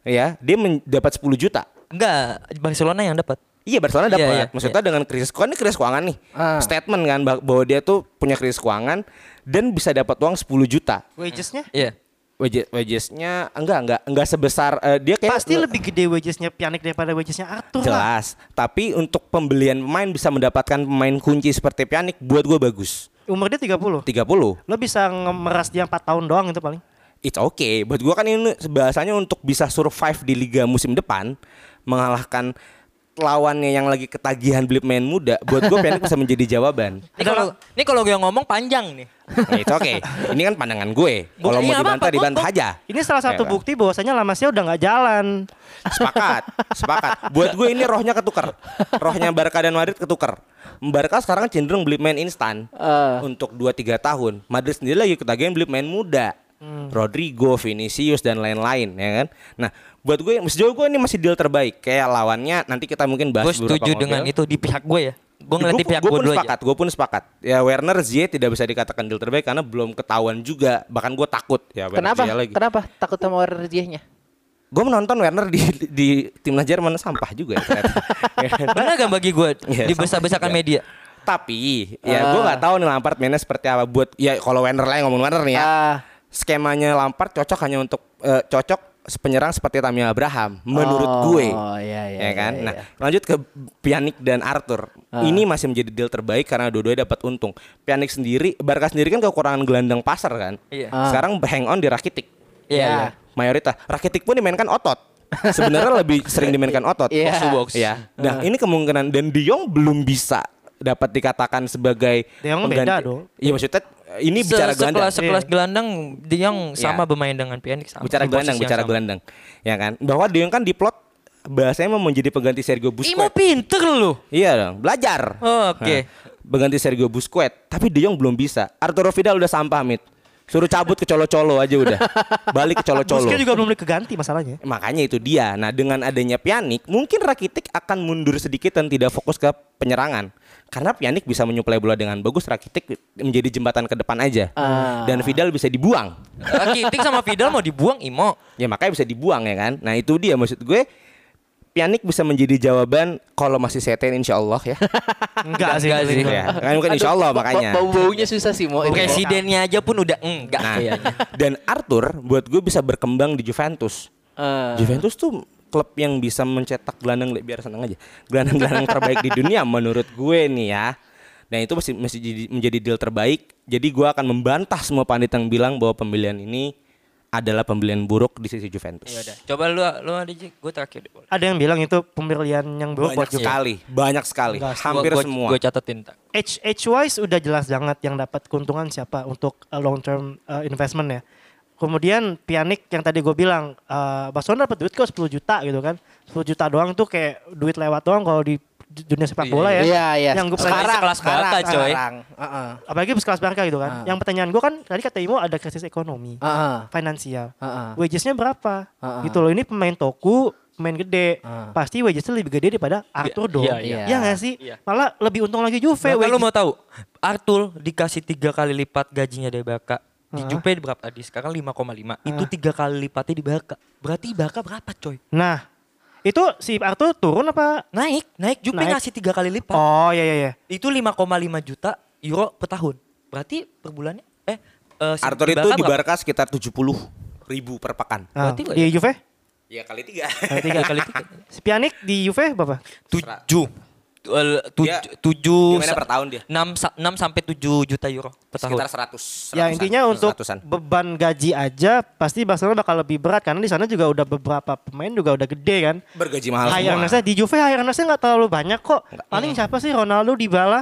[SPEAKER 7] ya dia mendapat 10 juta.
[SPEAKER 8] Enggak, Barcelona yang dapat.
[SPEAKER 7] Iya Barcelona
[SPEAKER 8] Iya,
[SPEAKER 7] dapat.
[SPEAKER 8] iya,
[SPEAKER 7] Maksudnya dengan krisis keuangan, ini krisis keuangan nih.
[SPEAKER 5] Ah.
[SPEAKER 7] Statement kan bah- bahwa dia tuh punya krisis keuangan dan bisa dapat uang 10 juta.
[SPEAKER 6] Wagesnya?
[SPEAKER 8] Iya.
[SPEAKER 7] Wages wagesnya enggak enggak enggak sebesar eh, dia kayak
[SPEAKER 6] Hmm. Pasti lebih gede wagesnya Pianik daripada wagesnya Arthur lah.
[SPEAKER 7] jelas. Tapi untuk pembelian pemain bisa mendapatkan pemain kunci seperti Pjanic buat gue bagus.
[SPEAKER 6] Umur dia 30.
[SPEAKER 7] 30.
[SPEAKER 6] Lo bisa ngemeras dia 4 tahun doang itu paling.
[SPEAKER 7] It's okay. Buat gue kan ini bahasanya untuk bisa survive di liga musim depan mengalahkan lawannya yang lagi ketagihan beli pemain muda. Buat gue Pjanic bisa menjadi jawaban.
[SPEAKER 8] Ini kalau ini kalau gue ngomong panjang nih.
[SPEAKER 7] Nah, It's okay. Ini kan pandangan gue. Kalau mau
[SPEAKER 8] Bukan, iya, apa-apa,
[SPEAKER 7] dibantah dibantah
[SPEAKER 8] kok-
[SPEAKER 7] aja.
[SPEAKER 6] Ini salah
[SPEAKER 7] Ya
[SPEAKER 6] satu
[SPEAKER 7] kan?
[SPEAKER 6] bukti bahwasanya Lamasnya udah nggak jalan.
[SPEAKER 7] Sepakat, sepakat. Buat gue ini rohnya ketukar. Rohnya Barca dan Madrid ketukar. Barca sekarang kan cenderung beli main instan untuk 2-3 tahun. Madrid sendiri lagi ketagihan beli main muda. Rodrigo, Vinicius dan lain-lain ya kan. Nah, buat gue sejauh gue ini masih deal terbaik. Kayak lawannya nanti kita mungkin bahas
[SPEAKER 8] Gue
[SPEAKER 7] beberapa
[SPEAKER 8] setuju
[SPEAKER 7] model.
[SPEAKER 8] dengan itu di pihak gue ya. Gue
[SPEAKER 7] Gue
[SPEAKER 8] ngeliat di
[SPEAKER 7] pun-
[SPEAKER 8] pihak
[SPEAKER 7] gue pun
[SPEAKER 8] gue dulu aja.
[SPEAKER 7] sepakat, gue pun sepakat. Ya Werner Zie tidak bisa dikatakan deal terbaik karena belum ketahuan juga. Bahkan gue takut ya Werner
[SPEAKER 5] Kenapa?
[SPEAKER 7] Zie lagi.
[SPEAKER 5] Kenapa takut sama energinya?
[SPEAKER 7] Gue menonton Werner di di timnas Jerman sampah juga ya ternyata. Ya kan?
[SPEAKER 8] Benar gak bagi gue
[SPEAKER 7] Iya, sama
[SPEAKER 8] dibesar-besarkan
[SPEAKER 7] aja.
[SPEAKER 8] media?
[SPEAKER 7] Tapi
[SPEAKER 5] Ah.
[SPEAKER 7] ya gue nggak tahu nih Lampard mainnya seperti apa buat ya kalau Werner lah yang ngomong Werner nih ya.
[SPEAKER 5] Ah.
[SPEAKER 7] Skemanya Lampard cocok hanya untuk eh, cocok penyerang seperti Tammy Abraham
[SPEAKER 5] Oh,
[SPEAKER 7] menurut gue.
[SPEAKER 5] iya, iya,
[SPEAKER 7] ya kan?
[SPEAKER 5] iya,
[SPEAKER 7] nah,
[SPEAKER 5] iya. Ah.
[SPEAKER 7] lanjut ke Pjanic dan Arthur. Ini masih menjadi deal terbaik karena dua-duanya dapat untung. Pjanic sendiri, Barca sendiri kan kekurangan gelandang pasar kan.
[SPEAKER 8] Iya.
[SPEAKER 5] Ah.
[SPEAKER 7] Sekarang hang on di Rakitic.
[SPEAKER 8] Iya, iya.
[SPEAKER 7] Mayoritas Rakitic pun dimainkan otot. Sebenarnya lebih sering dimainkan otot.
[SPEAKER 5] Iya.
[SPEAKER 7] Box to box. Iya. Nah, ini kemungkinan dan De Jong belum bisa dapat dikatakan sebagai
[SPEAKER 6] De Jong beda
[SPEAKER 7] pengganti-
[SPEAKER 6] dong.
[SPEAKER 7] Iya maksudnya ini
[SPEAKER 8] Se-
[SPEAKER 7] bicara gelandang.
[SPEAKER 8] sekelas sekelas gelandang dia yang
[SPEAKER 7] Iya.
[SPEAKER 8] sama bermain dengan Pjanic sama.
[SPEAKER 7] Bicara
[SPEAKER 8] di posisi
[SPEAKER 7] gelandang,
[SPEAKER 8] yang
[SPEAKER 7] bicara
[SPEAKER 8] sama.
[SPEAKER 7] gelandang. Ya kan? Bahwa De Jong kan diplot bahasanya mau menjadi pengganti Sergio
[SPEAKER 8] Ih, mau
[SPEAKER 7] Busquets.
[SPEAKER 8] pinter lu.
[SPEAKER 7] Iya dong, belajar.
[SPEAKER 8] Oh, oke.
[SPEAKER 7] Nah, pengganti Sergio Busquets, tapi De Jong belum bisa. Arturo Vidal udah sampah, Mit. Suruh cabut ke Colo-Colo aja udah. Balik ke Colo-Colo.
[SPEAKER 6] Busquets juga belum keganti masalahnya.
[SPEAKER 7] Makanya itu dia. Nah, dengan adanya Pjanic, mungkin Rakitic akan mundur sedikit dan tidak fokus ke penyerangan. Karena Pjanic bisa menyuplai bola dengan bagus, Rakitic menjadi jembatan ke depan aja. Dan Vidal bisa dibuang.
[SPEAKER 8] Rakitic sama Vidal mau dibuang Imo.
[SPEAKER 7] Ya makanya bisa dibuang ya kan. Nah, itu dia maksud gue. Pjanic bisa menjadi jawaban kalau masih seten insya Allah ya.
[SPEAKER 6] Enggak sih.
[SPEAKER 8] Enggak sih. Iya.
[SPEAKER 7] ya kan bukan insya Allah makanya.
[SPEAKER 5] Bau baunya susah sih mau.
[SPEAKER 8] Presidennya aja pun udah enggak Iya,
[SPEAKER 7] Nah,
[SPEAKER 6] Iya,
[SPEAKER 8] kayaknya.
[SPEAKER 7] dan Arthur buat gue bisa berkembang di Juventus. Juventus tuh klub yang bisa mencetak gelandang biar senang aja. Gelandang-gelandang terbaik di dunia menurut gue nih ya. Nah itu masih masih jadi, menjadi deal terbaik. Jadi gue akan membantah semua pandit yang bilang bahwa pembelian ini adalah pembelian buruk di sisi Juventus.
[SPEAKER 8] Yaudah, Iya, coba lu lu ada gue terakhir deh. boleh.
[SPEAKER 6] Ada yang bilang itu pembelian yang buruk
[SPEAKER 7] Banyak
[SPEAKER 6] buat Juve.
[SPEAKER 7] sekali, banyak sekali,
[SPEAKER 6] ya. Enggak,
[SPEAKER 7] hampir
[SPEAKER 8] Gua- gua-
[SPEAKER 7] semua.
[SPEAKER 8] Gua catetin tak.
[SPEAKER 6] H H wise udah jelas banget yang dapat keuntungan siapa untuk uh, long term uh, investment ya. Kemudian Pianik yang tadi gue bilang uh, Barcelona dapat duit kok 10 juta gitu kan. 10 juta doang tuh kayak duit lewat doang kalau di di dunia sepak bola ya.
[SPEAKER 5] Iya, iya.
[SPEAKER 6] Yang gue
[SPEAKER 8] Sekarang, sekelas Barca, coy.
[SPEAKER 5] Heeh.
[SPEAKER 6] apalagi sekelas Barca gitu
[SPEAKER 5] Ah.
[SPEAKER 6] kan. Yang pertanyaan gue kan tadi kata Imo ada krisis ekonomi,
[SPEAKER 5] Heeh.
[SPEAKER 6] finansial.
[SPEAKER 5] Heeh.
[SPEAKER 6] Wagesnya berapa?
[SPEAKER 5] Ah, ah.
[SPEAKER 6] Gitu loh ini pemain toku, pemain gede.
[SPEAKER 5] Ah.
[SPEAKER 6] Pasti wagesnya lebih gede daripada Arthur dong.
[SPEAKER 8] iya,
[SPEAKER 5] iya.
[SPEAKER 6] Iya nggak sih?
[SPEAKER 8] Iya.
[SPEAKER 6] Malah lebih untung lagi Juve.
[SPEAKER 8] Bahkan lu
[SPEAKER 6] wages-
[SPEAKER 8] mau tahu, Arthur dikasih tiga kali lipat gajinya dari Barca. Di Juve berapa tadi? Sekarang 5,5. Itu tiga kali lipatnya di Barca. Berarti Barca berapa coy?
[SPEAKER 6] Nah, itu si Arthur turun apa?
[SPEAKER 8] Naik, naik Juve
[SPEAKER 6] Naik.
[SPEAKER 8] ngasih tiga kali lipat.
[SPEAKER 6] Oh iya iya iya.
[SPEAKER 8] Itu 5,5 juta euro per tahun. Berarti per bulannya eh eh, si-
[SPEAKER 7] Arthur
[SPEAKER 8] di
[SPEAKER 7] itu
[SPEAKER 8] Barca
[SPEAKER 7] di
[SPEAKER 8] berapa?
[SPEAKER 7] Barca sekitar 70 ribu per pekan.
[SPEAKER 6] Nah,
[SPEAKER 8] Berarti
[SPEAKER 6] di Juve?
[SPEAKER 7] Ya kali tiga.
[SPEAKER 8] tiga kali tiga.
[SPEAKER 6] Si Pjanic di Juve berapa?
[SPEAKER 8] tujuh Tu- eh, tu-
[SPEAKER 7] Dia- dia
[SPEAKER 8] tujuh
[SPEAKER 7] mainnya per tahun dia.
[SPEAKER 8] enam sa- enam sampai tujuh juta euro per
[SPEAKER 7] sekitar
[SPEAKER 8] tahun
[SPEAKER 7] 100.
[SPEAKER 6] Ya intinya untuk
[SPEAKER 7] seratusan.
[SPEAKER 6] beban gaji aja pasti Barcelona bakal lebih berat karena di sana juga udah beberapa pemain juga udah gede kan.
[SPEAKER 7] bergaji mahal
[SPEAKER 6] Hire
[SPEAKER 7] semua.
[SPEAKER 6] earnest-nya di Juve hire earnest-nya nggak terlalu banyak kok. Paling siapa sih Ronaldo Dybala?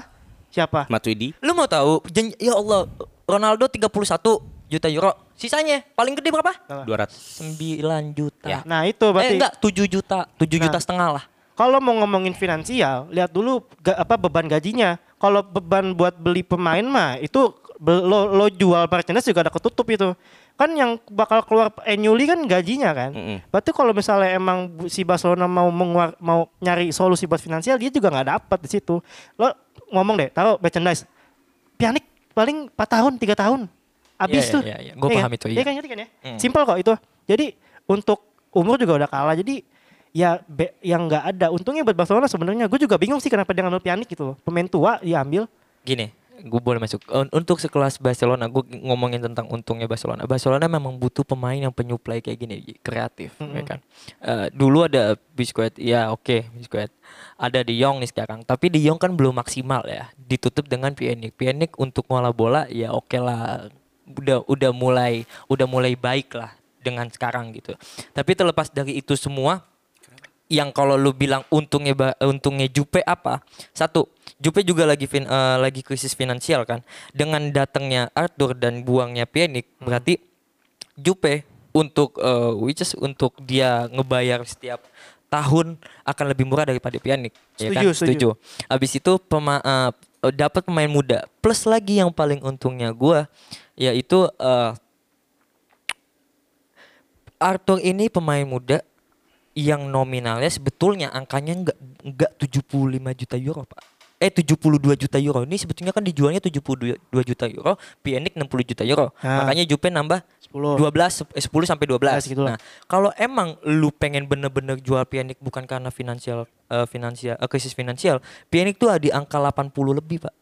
[SPEAKER 6] Siapa?
[SPEAKER 7] Matuidi.
[SPEAKER 8] lu mau tahu Jen- ya Allah Ronaldo 31 juta euro sisanya paling gede berapa
[SPEAKER 7] 200.
[SPEAKER 8] 9 juta
[SPEAKER 7] Ya.
[SPEAKER 6] Nah, itu berarti-
[SPEAKER 8] eh, enggak 7 juta 7
[SPEAKER 6] Nah.
[SPEAKER 8] juta setengah lah
[SPEAKER 6] Kalau mau ngomongin finansial, lihat dulu ga- apa beban gajinya. Kalau beban buat beli pemain mah itu be- lo, lo jual Martinez juga ada ketutup itu. kan yang bakal keluar annually kan gajinya kan.
[SPEAKER 7] Mm-mm.
[SPEAKER 6] Berarti kalau misalnya emang bu- si Barcelona mau menguar, mau nyari solusi buat finansial dia juga nggak dapat di situ. Lo ngomong deh, taruh merchandise. Pianik paling 4 tahun, 3 tahun. Habis
[SPEAKER 8] Iya,
[SPEAKER 6] tuh.
[SPEAKER 8] iya, iya, iya. Gua
[SPEAKER 6] Iya
[SPEAKER 8] paham
[SPEAKER 6] kan?
[SPEAKER 8] itu, iya.
[SPEAKER 6] Iya kan ngerti kan ya?
[SPEAKER 8] Mm.
[SPEAKER 6] Simpel kok itu. Jadi untuk umur juga udah kalah. Jadi ya be- yang nggak ada untungnya buat Barcelona sebenarnya gue juga bingung sih kenapa dia ngambil Pianik gitu loh. Pemain tua diambil.
[SPEAKER 8] gini gue boleh masuk Un- untuk sekelas Barcelona gue ngomongin tentang untungnya Barcelona Barcelona memang butuh pemain yang penyuplai kayak gini kreatif ya kan Eh, dulu ada Biscuit ya oke Busquets. ada De Jong nih sekarang tapi De Jong kan belum maksimal ya ditutup dengan Pjanic Pjanic untuk ngolah bola ya oke lah udah udah mulai udah mulai baik lah dengan sekarang gitu tapi terlepas dari itu semua yang kalau lu bilang untungnya ba- untungnya Jupe apa? Satu, Jupe juga lagi fin, eh, lagi krisis finansial kan. Dengan datangnya Arthur dan buangnya Pjanic,
[SPEAKER 6] Hmm.
[SPEAKER 8] berarti Jupe untuk eh, which is untuk dia ngebayar setiap tahun akan lebih murah daripada Pjanic. ya
[SPEAKER 6] Setuju, setuju.
[SPEAKER 8] Habis itu pema, eh, dapat pemain muda. Plus lagi yang paling untungnya gua yaitu eh, Arthur ini pemain muda yang nominalnya sebetulnya angkanya enggak enggak 75 juta euro, Pak. Eh 72 juta euro. Ini sebetulnya kan dijualnya 72 juta euro, Pjanic 60 juta euro.
[SPEAKER 6] Ah.
[SPEAKER 8] Makanya Jupe nambah
[SPEAKER 6] 10.
[SPEAKER 8] 12 sep- eh, 10 sampai 12.
[SPEAKER 6] Ya, segitulah.
[SPEAKER 8] Nah, kalau emang lu pengen bener-bener jual Pjanic bukan karena finansial eh, finansial eh, krisis finansial, Pjanic tuh di angka 80 lebih, Pak.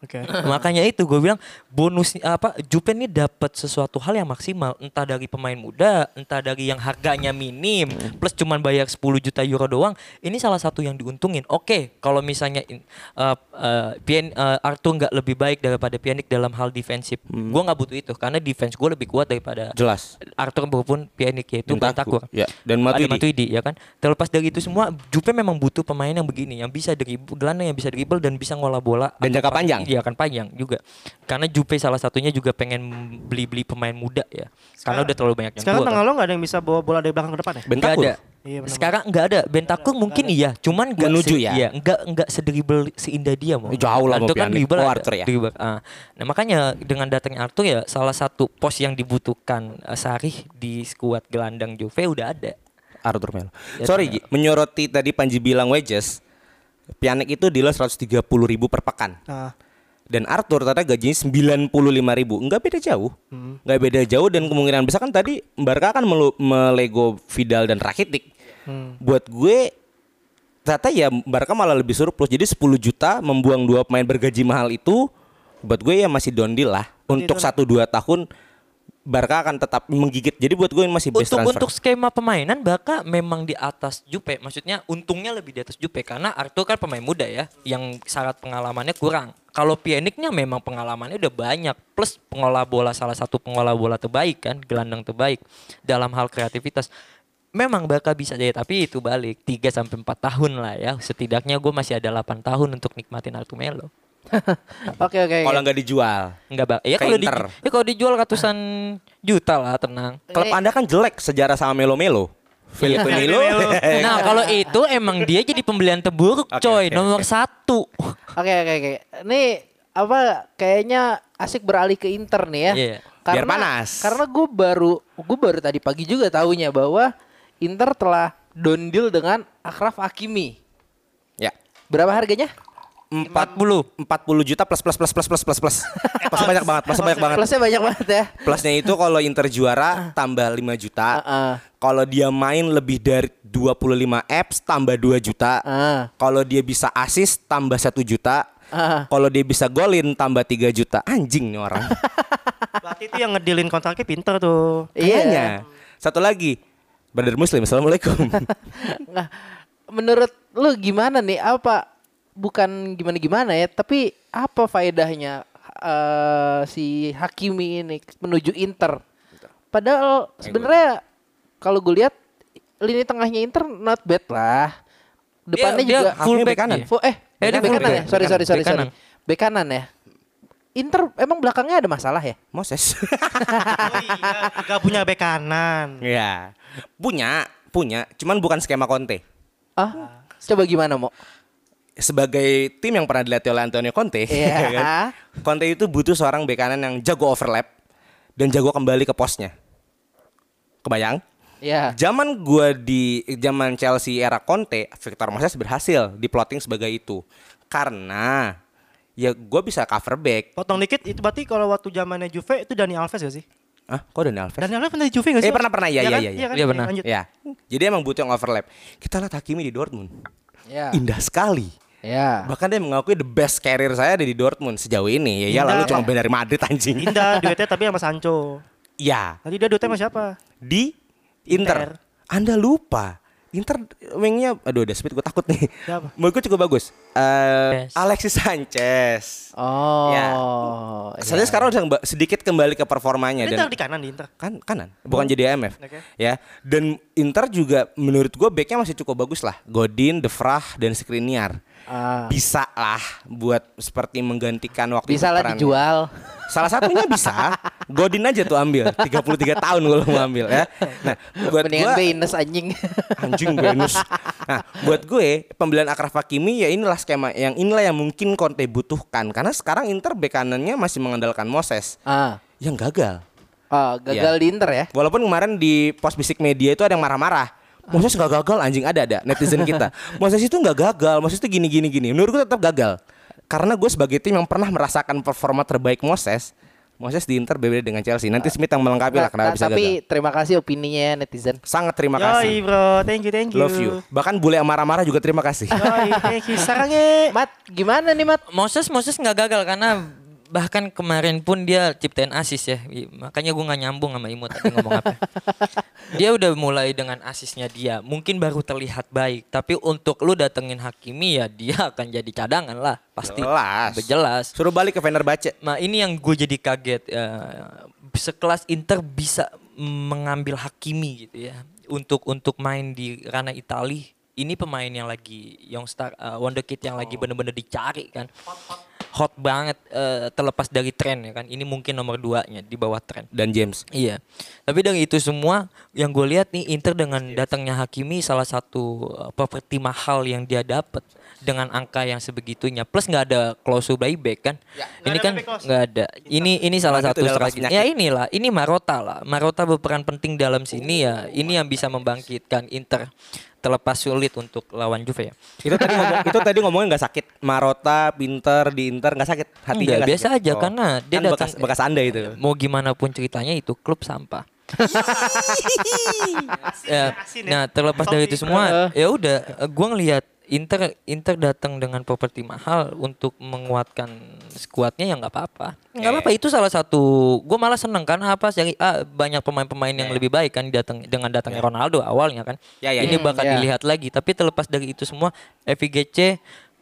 [SPEAKER 6] Oke.
[SPEAKER 8] Makanya itu gue bilang bonus apa Jupe ini dapat sesuatu hal yang maksimal entah dari pemain muda, entah dari yang harganya minim plus cuman bayar 10 juta euro doang. Ini salah satu yang diuntungin. Oke, kalau misalnya in- uh, uh, Pian- uh, Arthur nggak lebih baik daripada Pjanic dalam hal defensif. Gue nggak butuh itu karena defense gue lebih kuat daripada
[SPEAKER 7] Jelas.
[SPEAKER 8] Arthur maupun Pjanic yaitu
[SPEAKER 7] Bentakur.
[SPEAKER 8] Bentakur.
[SPEAKER 7] Ya, dan
[SPEAKER 8] Ada
[SPEAKER 7] Matuidi.
[SPEAKER 8] Matuidi ya kan. Terlepas dari itu semua Jupe memang butuh pemain yang begini yang bisa dribble, gelandang yang bisa dribble dan bisa ngolah bola
[SPEAKER 7] Dan
[SPEAKER 8] atau
[SPEAKER 7] jangka
[SPEAKER 8] pas-
[SPEAKER 7] panjang.
[SPEAKER 8] Iya kan panjang juga. Karena Jupe salah satunya juga pengen beli-beli pemain muda ya. Karena udah terlalu banyak yang
[SPEAKER 6] Sekarang
[SPEAKER 8] tua. kan.
[SPEAKER 6] tengah lo nggak ada yang bisa bawa bola dari belakang ke depan ya?
[SPEAKER 8] Nggak
[SPEAKER 7] Bentakur.
[SPEAKER 8] ada.
[SPEAKER 6] Iya, benar-benar.
[SPEAKER 8] Sekarang nggak ada. Bentakur mungkin iya, cuman nggak
[SPEAKER 7] Menuju
[SPEAKER 8] se-
[SPEAKER 7] ya.
[SPEAKER 8] Iya, nggak nggak sedribel seindah dia mau.
[SPEAKER 7] Jauh lah sama
[SPEAKER 8] Arthur kan
[SPEAKER 7] Pjanic.
[SPEAKER 8] dribble
[SPEAKER 7] Oh,
[SPEAKER 8] ada,
[SPEAKER 7] Arthur ya.
[SPEAKER 8] dribble. Ah. Nah, makanya dengan datangnya Arthur ya salah satu pos yang dibutuhkan eh, Sarih di skuad gelandang Juve udah ada.
[SPEAKER 7] Arthur Melo.
[SPEAKER 8] Ya,
[SPEAKER 7] Sorry,
[SPEAKER 8] Melo.
[SPEAKER 7] Ji, menyoroti tadi Panji bilang wages, Pianek itu deal 130 ribu per pekan.
[SPEAKER 8] Ah.
[SPEAKER 6] Nah,
[SPEAKER 7] Dan Arthur ternyata gajinya 95 ribu. Nggak beda jauh.
[SPEAKER 8] Hmm.
[SPEAKER 7] Nggak beda jauh dan kemungkinan besar kan tadi Barca kan melu- melego Vidal dan Rakitic.
[SPEAKER 8] Hmm.
[SPEAKER 7] Buat gue ternyata ya Barca malah lebih surplus. Jadi 10 juta membuang dua pemain bergaji mahal itu buat gue ya masih down deal lah. Untuk 1 2 tahun Barca akan tetap menggigit. Jadi buat gue ini masih best
[SPEAKER 8] untuk
[SPEAKER 7] transfer.
[SPEAKER 8] untuk skema pemainan Baka memang di atas Jupe maksudnya untungnya lebih di atas Jupe karena Arthur kan pemain muda ya yang syarat pengalamannya kurang kalau Pjanicnya memang pengalamannya udah banyak plus pengolah bola salah satu pengolah bola terbaik kan gelandang terbaik dalam hal kreativitas Memang bakal bisa jadi tapi itu balik 3 sampai 4 tahun lah ya. Setidaknya gue masih ada 8 tahun untuk nikmatin Arthur Melo.
[SPEAKER 5] Oke oke. oke.
[SPEAKER 7] Kalau nggak dijual.
[SPEAKER 8] Enggak, Bang. Ya
[SPEAKER 7] Ke
[SPEAKER 8] kalau di,
[SPEAKER 7] Inter.
[SPEAKER 8] ya kalau dijual ratusan juta lah tenang.
[SPEAKER 7] Klub Anda kan jelek sejarah sama Melo Melo. Felipe Melo.
[SPEAKER 8] Nah kalau itu emang dia jadi pembelian terburuk
[SPEAKER 7] Eh, Oke,
[SPEAKER 8] coy
[SPEAKER 7] oke,
[SPEAKER 8] nomor
[SPEAKER 7] oke.
[SPEAKER 8] satu.
[SPEAKER 5] Oke oke oke. Ini apa kayaknya asik beralih ke Inter nih ya.
[SPEAKER 8] Iya.
[SPEAKER 7] Biar panas.
[SPEAKER 5] Karena gue baru gue baru tadi pagi juga tahunya bahwa Inter telah down deal dengan Akraf Hakimi.
[SPEAKER 7] Ya.
[SPEAKER 5] Berapa harganya?
[SPEAKER 7] 40 40 juta plus plus plus plus plus plus plus. Plusnya banyak banget, plusnya banyak banget.
[SPEAKER 5] Plusnya banyak banget ya.
[SPEAKER 7] Plusnya itu kalau Inter juara tambah 5 juta.
[SPEAKER 5] Heeh.
[SPEAKER 7] Kalau dia main lebih dari 25 apps tambah 2 juta.
[SPEAKER 5] Heeh.
[SPEAKER 7] Kalau dia bisa assist tambah 1 juta.
[SPEAKER 5] Heeh.
[SPEAKER 7] Kalau dia bisa golin tambah 3 juta. Anjing nih orang.
[SPEAKER 6] berarti itu yang ngedilin kontraknya pinter tuh.
[SPEAKER 5] Iya.
[SPEAKER 7] Kayaknya. Satu lagi. Bandar Muslim. Assalamualaikum.
[SPEAKER 5] Nah, menurut lu gimana nih? Apa bukan gimana-gimana ya, tapi apa faedahnya eh, si Hakimi ini menuju Inter? Padahal sebenarnya kalau gue lihat lini tengahnya Inter not bad lah. Depannya
[SPEAKER 8] dia
[SPEAKER 5] juga
[SPEAKER 8] full
[SPEAKER 7] Hakimi
[SPEAKER 8] back
[SPEAKER 7] bek kanan.
[SPEAKER 8] dia.
[SPEAKER 5] Fu- eh,
[SPEAKER 8] Eh, dia
[SPEAKER 5] bek
[SPEAKER 8] full
[SPEAKER 5] kanan
[SPEAKER 8] back.
[SPEAKER 5] ya. Sorry, sorry, sorry,
[SPEAKER 8] Bek kanan.
[SPEAKER 5] sorry. Bek kanan ya. Inter emang belakangnya ada masalah ya?
[SPEAKER 7] Moses.
[SPEAKER 6] Oh iya, gak punya bek kanan.
[SPEAKER 7] Ya, punya, punya. Cuman bukan skema Conte.
[SPEAKER 5] Ah, coba gimana mau?
[SPEAKER 7] Sebagai tim yang pernah dilatih oleh Antonio Conte,
[SPEAKER 5] Iya.
[SPEAKER 7] ya kan? Conte itu butuh seorang bek kanan yang jago overlap dan jago kembali ke posnya. Kebayang?
[SPEAKER 5] Ya.
[SPEAKER 7] Zaman gua di zaman Chelsea era Conte, Victor Moses berhasil di plotting sebagai itu. Karena ya gua bisa cover back.
[SPEAKER 6] Potong dikit itu berarti kalau waktu zamannya Juve itu Dani Alves gak sih?
[SPEAKER 7] Ah, kok Daniel Alves?
[SPEAKER 6] Dani Alves pernah di Juve gak
[SPEAKER 7] Eh,
[SPEAKER 6] sih?
[SPEAKER 7] pernah, pernah. Iya, iya,
[SPEAKER 6] kan?
[SPEAKER 7] iya, iya.
[SPEAKER 6] kan?
[SPEAKER 8] Iya, pernah.
[SPEAKER 6] Lanjut.
[SPEAKER 7] Ya. Jadi emang butuh yang overlap. Kita lihat Hakimi di Dortmund.
[SPEAKER 5] Ya.
[SPEAKER 7] Indah sekali.
[SPEAKER 5] Ya.
[SPEAKER 7] Bahkan dia mengakui the best career saya ada di Dortmund sejauh ini. Ya
[SPEAKER 6] Indah.
[SPEAKER 7] lalu cuma band dari Madrid anjing.
[SPEAKER 6] Indah duetnya tapi sama Sancho.
[SPEAKER 7] Ya,
[SPEAKER 6] Tadi dia duetnya sama siapa?
[SPEAKER 7] di Inter.
[SPEAKER 6] Inter.
[SPEAKER 7] Anda lupa. Inter wingnya, aduh ada speed gue takut nih.
[SPEAKER 6] Siapa?
[SPEAKER 7] Menurut gue cukup bagus. Eh,
[SPEAKER 8] Yes.
[SPEAKER 7] Alexis Sanchez.
[SPEAKER 5] Oh.
[SPEAKER 7] Ya.
[SPEAKER 5] ya.
[SPEAKER 7] Sanchez sekarang udah kemba- sedikit kembali ke performanya
[SPEAKER 6] Inter
[SPEAKER 7] dan
[SPEAKER 6] di kanan di Inter.
[SPEAKER 7] kan kanan bukan jadi AMF
[SPEAKER 6] Oke.
[SPEAKER 7] ya dan Inter juga menurut gue backnya masih cukup bagus lah Godin, De Vrij dan Skriniar
[SPEAKER 5] Ah.
[SPEAKER 7] bisa lah buat seperti menggantikan waktu
[SPEAKER 5] Bisa lah
[SPEAKER 7] peran. ya.
[SPEAKER 5] dijual.
[SPEAKER 7] Salah satunya bisa. Godin aja tuh ambil. 33 tahun kalau mau ambil ya. Nah, buat
[SPEAKER 5] Mendingan
[SPEAKER 7] gua
[SPEAKER 5] Baines anjing.
[SPEAKER 7] anjing Venus. Nah, buat gue pembelian Akraf Hakimi ya inilah skema yang inilah yang mungkin Conte butuhkan karena sekarang Inter bek kanannya masih mengandalkan Moses
[SPEAKER 5] ah.
[SPEAKER 7] yang gagal.
[SPEAKER 5] Ah, gagal
[SPEAKER 7] Ya.
[SPEAKER 5] di Inter ya.
[SPEAKER 7] Walaupun kemarin di pos bisik media itu ada yang marah-marah. Moses nggak gagal anjing ada ada netizen kita. Moses itu nggak gagal. Moses itu gini gini gini. Menurut gue tetap gagal. Karena gue sebagai tim yang pernah merasakan performa terbaik Moses. Moses di Inter berbeda dengan Chelsea. Nanti Smith yang melengkapi lah
[SPEAKER 5] Nah,
[SPEAKER 7] kenapa
[SPEAKER 5] nah,
[SPEAKER 7] bisa
[SPEAKER 5] tapi
[SPEAKER 7] gagal.
[SPEAKER 5] terima kasih opininya ya netizen.
[SPEAKER 7] Sangat terima
[SPEAKER 6] Yoi
[SPEAKER 7] kasih.
[SPEAKER 6] bro, thank you, thank you.
[SPEAKER 7] Love you. Bahkan bule yang marah-marah juga terima kasih.
[SPEAKER 6] Yoi, thank you. Sarange.
[SPEAKER 5] Eh, Mat, gimana nih Mat?
[SPEAKER 8] Moses Moses nggak gagal karena bahkan kemarin pun dia ciptain asis ya I- makanya gue nggak nyambung sama Imo tadi ngomong apa dia udah mulai dengan asisnya dia mungkin baru terlihat baik tapi untuk lu datengin Hakimi ya dia akan jadi cadangan lah pasti
[SPEAKER 7] Jelas.
[SPEAKER 8] jelas
[SPEAKER 7] Suruh balik ke Fenerbahce.
[SPEAKER 8] Nah ini yang gue jadi kaget ya. Sekelas Inter bisa mengambil Hakimi gitu ya Untuk untuk main di ranah Itali Ini pemain yang lagi Youngstar eh, Wonderkid yang lagi bener-bener dicari kan Hot banget eh, terlepas dari tren ya kan Ini mungkin nomor duanya di bawah tren
[SPEAKER 7] Dan James.
[SPEAKER 8] Iya, tapi dengan itu semua yang gue lihat nih Inter dengan datangnya Hakimi salah satu uh, properti mahal yang dia dapat dengan angka yang sebegitunya plus nggak ada klausul buyback kan? ini
[SPEAKER 6] ada
[SPEAKER 8] kan
[SPEAKER 6] buyback clause.
[SPEAKER 8] nggak ada. Ini ini salah
[SPEAKER 7] Makanya
[SPEAKER 8] satu
[SPEAKER 7] itu udah lepas
[SPEAKER 8] strategi. Ya inilah, ini Marota lah. Marota berperan penting dalam sini ya. Ini yang bisa membangkitkan Inter terlepas sulit untuk lawan Juve ya.
[SPEAKER 7] Itu tadi ngomong, itu tadi ngomongnya nggak sakit. Marota, pinter di Inter nggak sakit. Hatinya
[SPEAKER 8] Enggak,
[SPEAKER 7] nggak
[SPEAKER 8] biasa
[SPEAKER 7] sakit.
[SPEAKER 8] aja, karena dia
[SPEAKER 7] kan bekas
[SPEAKER 8] datang-
[SPEAKER 7] bekas anda itu.
[SPEAKER 8] Mau gimana pun ceritanya itu klub sampah. Ya,
[SPEAKER 6] asin ya.
[SPEAKER 8] nah terlepas dari itu semua ya udah eh, gua ngelihat Inter Inter datang dengan properti mahal untuk menguatkan skuadnya ya nggak apa-apa nggak apa-apa itu salah satu gue malah seneng karena apa sih ah, banyak pemain-pemain yang lebih baik kan datang dengan datangnya Ronaldo awalnya kan
[SPEAKER 7] Ya, ya,
[SPEAKER 8] ini
[SPEAKER 7] ya.
[SPEAKER 8] bakal
[SPEAKER 5] ya.
[SPEAKER 8] dilihat lagi tapi terlepas dari itu semua FIGC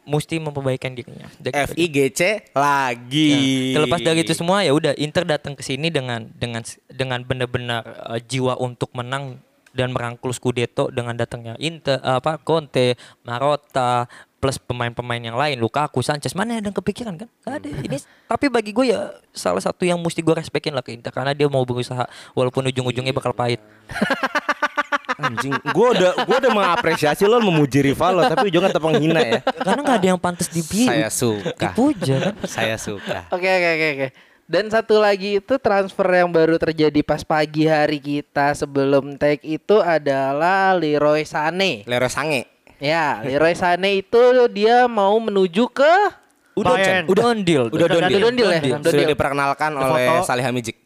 [SPEAKER 8] mesti memperbaikan dirinya Dari-
[SPEAKER 7] FIGC lagi.
[SPEAKER 8] Ya, Terlepas dari itu semua ya udah Inter datang ke sini dengan dengan dengan benar-benar eh, jiwa untuk menang dan merangkul Scudetto dengan datangnya Inter eh, apa Conte, Marotta plus pemain-pemain yang lain Lukaku, Sanchez mana ada yang kepikiran kan? Gak ada.
[SPEAKER 7] Hmm.
[SPEAKER 8] Ini tapi bagi gue ya salah satu yang mesti gue respekin lah ke Inter karena dia mau berusaha walaupun ujung-ujungnya bakal
[SPEAKER 7] Iya.
[SPEAKER 8] pahit.
[SPEAKER 7] anjing. Gue udah gue udah mengapresiasi lo memuji rival lo tapi ujungnya tetap menghina ya.
[SPEAKER 8] Karena nggak ada yang pantas dipi
[SPEAKER 7] Saya suka.
[SPEAKER 8] dipuja kan.
[SPEAKER 7] Saya suka.
[SPEAKER 5] Oke oke oke oke. Dan satu lagi itu transfer yang baru terjadi pas pagi hari kita sebelum take itu adalah Leroy Sané.
[SPEAKER 7] Leroy Sange.
[SPEAKER 5] Ya, Leroy Sané itu dia mau menuju ke
[SPEAKER 6] Udah, Bayern.
[SPEAKER 8] Udah on deal.
[SPEAKER 7] Udah
[SPEAKER 6] Udah
[SPEAKER 7] dondil.
[SPEAKER 5] dondil ya? Dondil.
[SPEAKER 7] Sudah diperkenalkan
[SPEAKER 6] Ada
[SPEAKER 7] oleh
[SPEAKER 6] foto.
[SPEAKER 7] Salih Hamijik.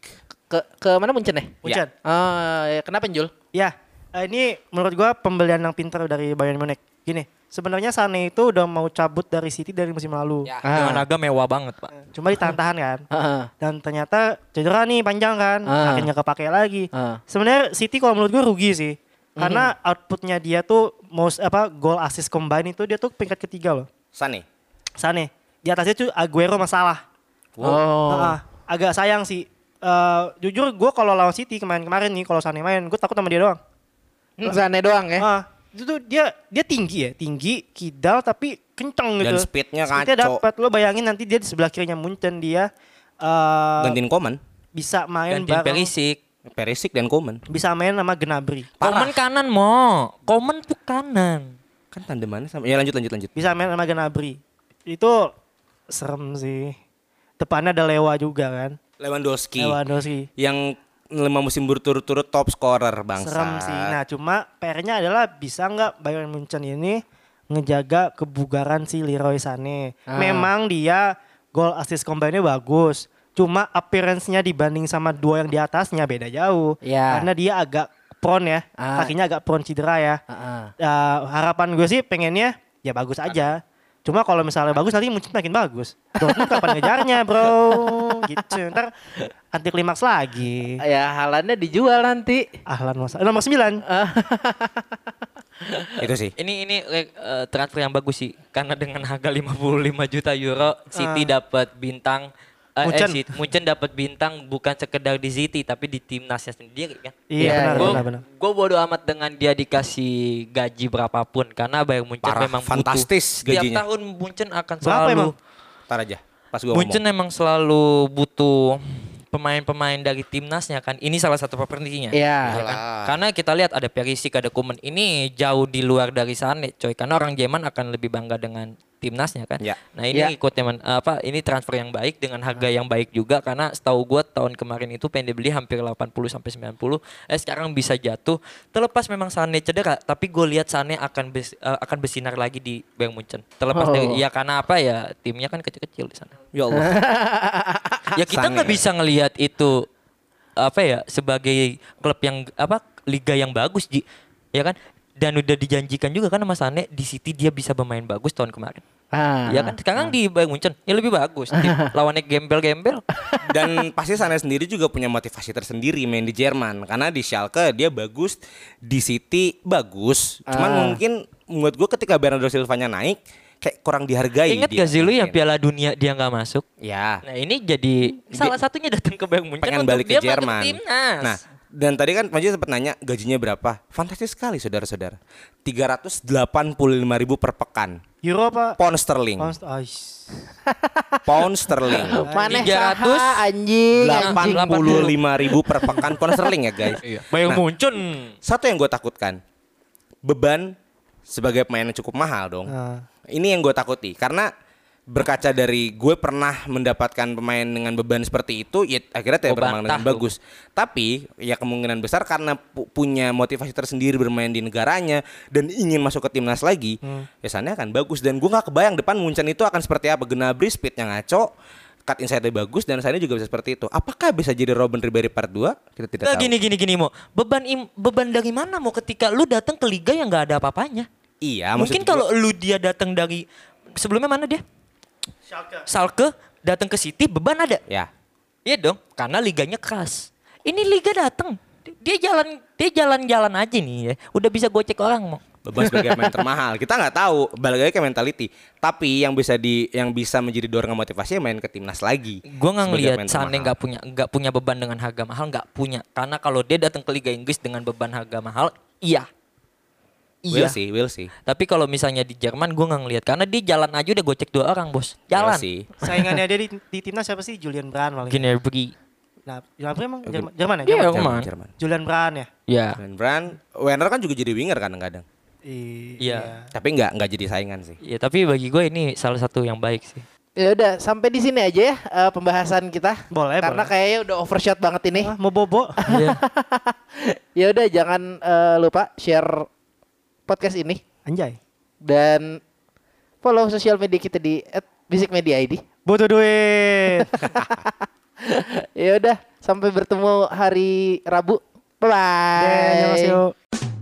[SPEAKER 5] ke, ke mana Munchen ya?
[SPEAKER 6] Munchen.
[SPEAKER 5] Ah, ya, kenapa Jul?
[SPEAKER 6] Ya, eh, ini menurut gua pembelian yang pintar dari Bayern Munich. Gini, sebenarnya Sane itu udah mau cabut dari City dari musim lalu.
[SPEAKER 8] Ya,
[SPEAKER 7] Ah.
[SPEAKER 8] dengan agak mewah banget pak.
[SPEAKER 6] Cuma ditahan-tahan kan.
[SPEAKER 5] Heeh.
[SPEAKER 6] Dan ternyata cedera nih panjang kan,
[SPEAKER 5] Ah.
[SPEAKER 6] akhirnya kepake lagi.
[SPEAKER 5] Ah.
[SPEAKER 6] Sebenarnya City kalau menurut gua rugi sih. Karena
[SPEAKER 7] Mm-hmm.
[SPEAKER 6] outputnya dia tuh most apa goal assist combine itu dia tuh peringkat ketiga loh.
[SPEAKER 7] Sane.
[SPEAKER 6] Sane. Di atasnya tuh Aguero masalah.
[SPEAKER 5] Oh.
[SPEAKER 6] Ah, agak sayang sih. Eh, jujur gue kalau lawan City kemarin-kemarin nih kalau Sane main gue takut sama dia doang.
[SPEAKER 5] Hmm, Sané doang ya.
[SPEAKER 7] Eh?
[SPEAKER 6] Ah, itu tuh dia dia tinggi ya, tinggi, kidal tapi kenceng gitu.
[SPEAKER 7] Dan speednya kacau.
[SPEAKER 6] dapat lo bayangin nanti dia di sebelah kirinya Munchen dia eh,
[SPEAKER 7] Gantiin Komen.
[SPEAKER 6] bisa main
[SPEAKER 8] Gantiin
[SPEAKER 6] bareng
[SPEAKER 8] Perisik.
[SPEAKER 7] Perisik dan Komen.
[SPEAKER 6] bisa main sama Gnabry.
[SPEAKER 8] Komen kanan mo, komen tuh kanan.
[SPEAKER 7] Kan tandemannya sama. Ya lanjut lanjut lanjut.
[SPEAKER 6] Bisa main sama Gnabry. Itu serem sih. Depannya ada Lewa juga kan.
[SPEAKER 7] Lewandowski.
[SPEAKER 6] Lewandowski.
[SPEAKER 7] Yang lima musim berturut-turut top scorer bangsa.
[SPEAKER 6] Serem sih. Nah, cuma PR-nya adalah bisa nggak Bayern Munchen ini ngejaga kebugaran si Leroy Sané. Memang dia gol assist combine-nya bagus. Cuma appearance-nya dibanding sama dua yang di atasnya beda jauh.
[SPEAKER 5] Ya.
[SPEAKER 6] Karena dia agak prone ya.
[SPEAKER 5] Ah.
[SPEAKER 6] Kakinya agak prone cedera ya.
[SPEAKER 5] Ah.
[SPEAKER 6] Eh, harapan gue sih pengennya ya bagus aja. Cuma kalau misalnya bagus nanti Munchen makin bagus. Dortmund kapan ngejarnya bro? Gitu. Ntar anti klimaks lagi.
[SPEAKER 5] Ya halannya dijual nanti.
[SPEAKER 6] Ahlan masa. Nomor 9.
[SPEAKER 7] Itu sih.
[SPEAKER 8] Ini ini eh, transfer yang bagus sih karena dengan harga 55 juta euro City dapat bintang eh, eh,
[SPEAKER 6] Ah. Munchen.
[SPEAKER 8] City- Munchen dapat bintang bukan sekedar di City tapi di timnasnya sendiri kan.
[SPEAKER 6] Iya
[SPEAKER 5] Iya, iya.
[SPEAKER 6] benar, benar benar.
[SPEAKER 8] Gue bodo amat dengan dia dikasih gaji berapapun karena Bayern Munchen
[SPEAKER 7] Parah,
[SPEAKER 8] memang
[SPEAKER 7] fantastis
[SPEAKER 8] butuh. Setiap
[SPEAKER 7] gajinya.
[SPEAKER 8] tahun Munchen akan
[SPEAKER 6] Berapa
[SPEAKER 8] selalu
[SPEAKER 6] emang?
[SPEAKER 7] Ntar aja. Pas gua
[SPEAKER 8] Munchen
[SPEAKER 7] ngomong.
[SPEAKER 8] emang selalu butuh pemain-pemain dari timnasnya kan. Ini salah satu propertinya.
[SPEAKER 5] Ya.
[SPEAKER 8] Ya kan? Karena kita lihat ada Perisic, ada Kuman. Ini jauh di luar dari Sané, coy. Karena orang Jerman akan lebih bangga dengan timnasnya kan.
[SPEAKER 7] Ya.
[SPEAKER 8] Nah, ini
[SPEAKER 5] Ya.
[SPEAKER 8] ikut teman apa ini transfer yang baik dengan harga yang baik juga karena setahu gua tahun kemarin itu pengen dibeli hampir 80 sampai 90. Eh sekarang bisa jatuh. Terlepas memang Sané cedera, tapi gue lihat Sané akan bes- eh, akan bersinar lagi di Bayern Munchen. Terlepas dari ya karena apa ya timnya kan kecil-kecil di sana.
[SPEAKER 7] Ya Allah.
[SPEAKER 8] Ya kita
[SPEAKER 7] Sané.
[SPEAKER 8] nggak bisa ngelihat itu apa ya sebagai klub yang apa liga yang bagus Ji. ya kan dan udah dijanjikan juga kan sama Sané di City dia bisa bermain bagus tahun kemarin.
[SPEAKER 5] Ah.
[SPEAKER 8] ya kan sekarang di Bayern Munchen ya lebih bagus. Tim lawannya gembel-gembel.
[SPEAKER 7] Dan pasti Sané sendiri juga punya motivasi tersendiri main di Jerman karena di Schalke dia bagus, di City bagus. Cuman
[SPEAKER 5] Ah.
[SPEAKER 7] mungkin menurut gua ketika Bernardo Silva-nya naik kayak kurang dihargai.
[SPEAKER 8] Ingat
[SPEAKER 7] dia
[SPEAKER 8] gak sih lu ya, yang
[SPEAKER 7] mungkin.
[SPEAKER 8] Piala Dunia dia nggak masuk?
[SPEAKER 7] Ya.
[SPEAKER 8] Nah, ini jadi salah satunya datang ke Bayern Munchen
[SPEAKER 7] pengen
[SPEAKER 8] untuk
[SPEAKER 7] balik
[SPEAKER 8] dia
[SPEAKER 7] ke
[SPEAKER 8] masuk
[SPEAKER 7] Jerman.
[SPEAKER 8] timnas.
[SPEAKER 7] Nah, dan tadi kan Panji sempat nanya gajinya berapa? Fantastis sekali saudara-saudara. 385 ribu per pekan.
[SPEAKER 6] Euro apa?
[SPEAKER 7] Pound sterling.
[SPEAKER 6] Pound st- Ais.
[SPEAKER 7] Pound sterling.
[SPEAKER 8] Iya,
[SPEAKER 5] Maneh
[SPEAKER 8] 300,
[SPEAKER 5] saha, anjing, anjing.
[SPEAKER 7] 85 ribu per pekan pound sterling ya guys.
[SPEAKER 8] Bayern
[SPEAKER 7] Nah,
[SPEAKER 8] Munchen.
[SPEAKER 7] satu yang gue takutkan beban sebagai pemain yang cukup mahal dong.
[SPEAKER 6] Ah.
[SPEAKER 7] Ini yang gue takuti karena berkaca dari gue pernah mendapatkan pemain dengan beban seperti itu, ya akhirnya tidak
[SPEAKER 8] Gua
[SPEAKER 7] berkembang dengan
[SPEAKER 8] bantah lu.
[SPEAKER 7] bagus. Tapi ya kemungkinan besar karena pu- punya motivasi tersendiri bermain di negaranya dan ingin masuk ke timnas lagi, biasanya akan bagus. Dan gue nggak kebayang depan Munchen itu akan seperti apa. Gnabry speednya ngaco, cut inside-nya bagus dan saya juga bisa seperti itu. Apakah bisa jadi Robin Ribery part 2? Kita tidak
[SPEAKER 8] Nah,
[SPEAKER 7] tahu.
[SPEAKER 8] gini gini gini mau beban im- beban dari mana mau ketika lu datang ke liga yang nggak ada apa-apanya.
[SPEAKER 7] Iya, maksud gua-
[SPEAKER 8] Mungkin kalau lu dia datang dari sebelumnya mana dia? Schalke. datang ke City beban ada.
[SPEAKER 7] ya
[SPEAKER 8] Iya dong, karena liganya keras. Ini liga datang. Dia jalan dia jalan-jalan aja nih ya. Udah bisa gocek orang mau.
[SPEAKER 7] beban sebagai pemain termahal kita nggak tahu balik lagi ke mentality tapi yang bisa di yang bisa menjadi dorongan motivasi ya main ke timnas lagi
[SPEAKER 8] Gue nggak
[SPEAKER 7] Sebagai
[SPEAKER 8] ngelihat
[SPEAKER 7] pemain
[SPEAKER 8] Sané
[SPEAKER 7] termahal.
[SPEAKER 8] nggak punya nggak punya beban dengan harga mahal nggak punya. Karena kalau dia datang ke Liga Inggris dengan beban harga mahal, iya.
[SPEAKER 7] will Iya sih will sih
[SPEAKER 8] Tapi kalau misalnya di Jerman gue nggak ngelihat karena dia jalan aja udah gocek dua orang bos.
[SPEAKER 7] Will
[SPEAKER 8] Jalan.
[SPEAKER 7] Iya sih
[SPEAKER 6] Saingannya dia di, di timnas siapa sih? Julian Brand paling.
[SPEAKER 8] Gini pergi.
[SPEAKER 6] Nah, Julian Brand emang Jerman, Jerman ya?
[SPEAKER 8] Iya,
[SPEAKER 6] Jerman.
[SPEAKER 8] Jerman.
[SPEAKER 7] Jerman
[SPEAKER 6] Julian Brand ya?
[SPEAKER 8] Ya.
[SPEAKER 7] dan Brand Werner kan juga jadi winger kadang-kadang
[SPEAKER 6] I-
[SPEAKER 8] Iya.
[SPEAKER 7] tapi nggak nggak jadi saingan sih
[SPEAKER 8] Ya tapi bagi gue ini salah satu yang baik sih.
[SPEAKER 5] Ya udah, sampai di sini aja ya eh, pembahasan kita.
[SPEAKER 6] Boleh,
[SPEAKER 5] Karena
[SPEAKER 6] boleh.
[SPEAKER 5] kayaknya udah overshot banget ini.
[SPEAKER 6] Ah, mau bobo?
[SPEAKER 8] Iya.
[SPEAKER 5] Ya udah, jangan eh, lupa share podcast ini
[SPEAKER 6] Anjay.
[SPEAKER 5] dan follow sosial media kita di @bisikmediaid.
[SPEAKER 6] Butuh duit.
[SPEAKER 5] ya udah, sampai bertemu hari Rabu. Bye bye.
[SPEAKER 6] Deh, annyeonghaseyo.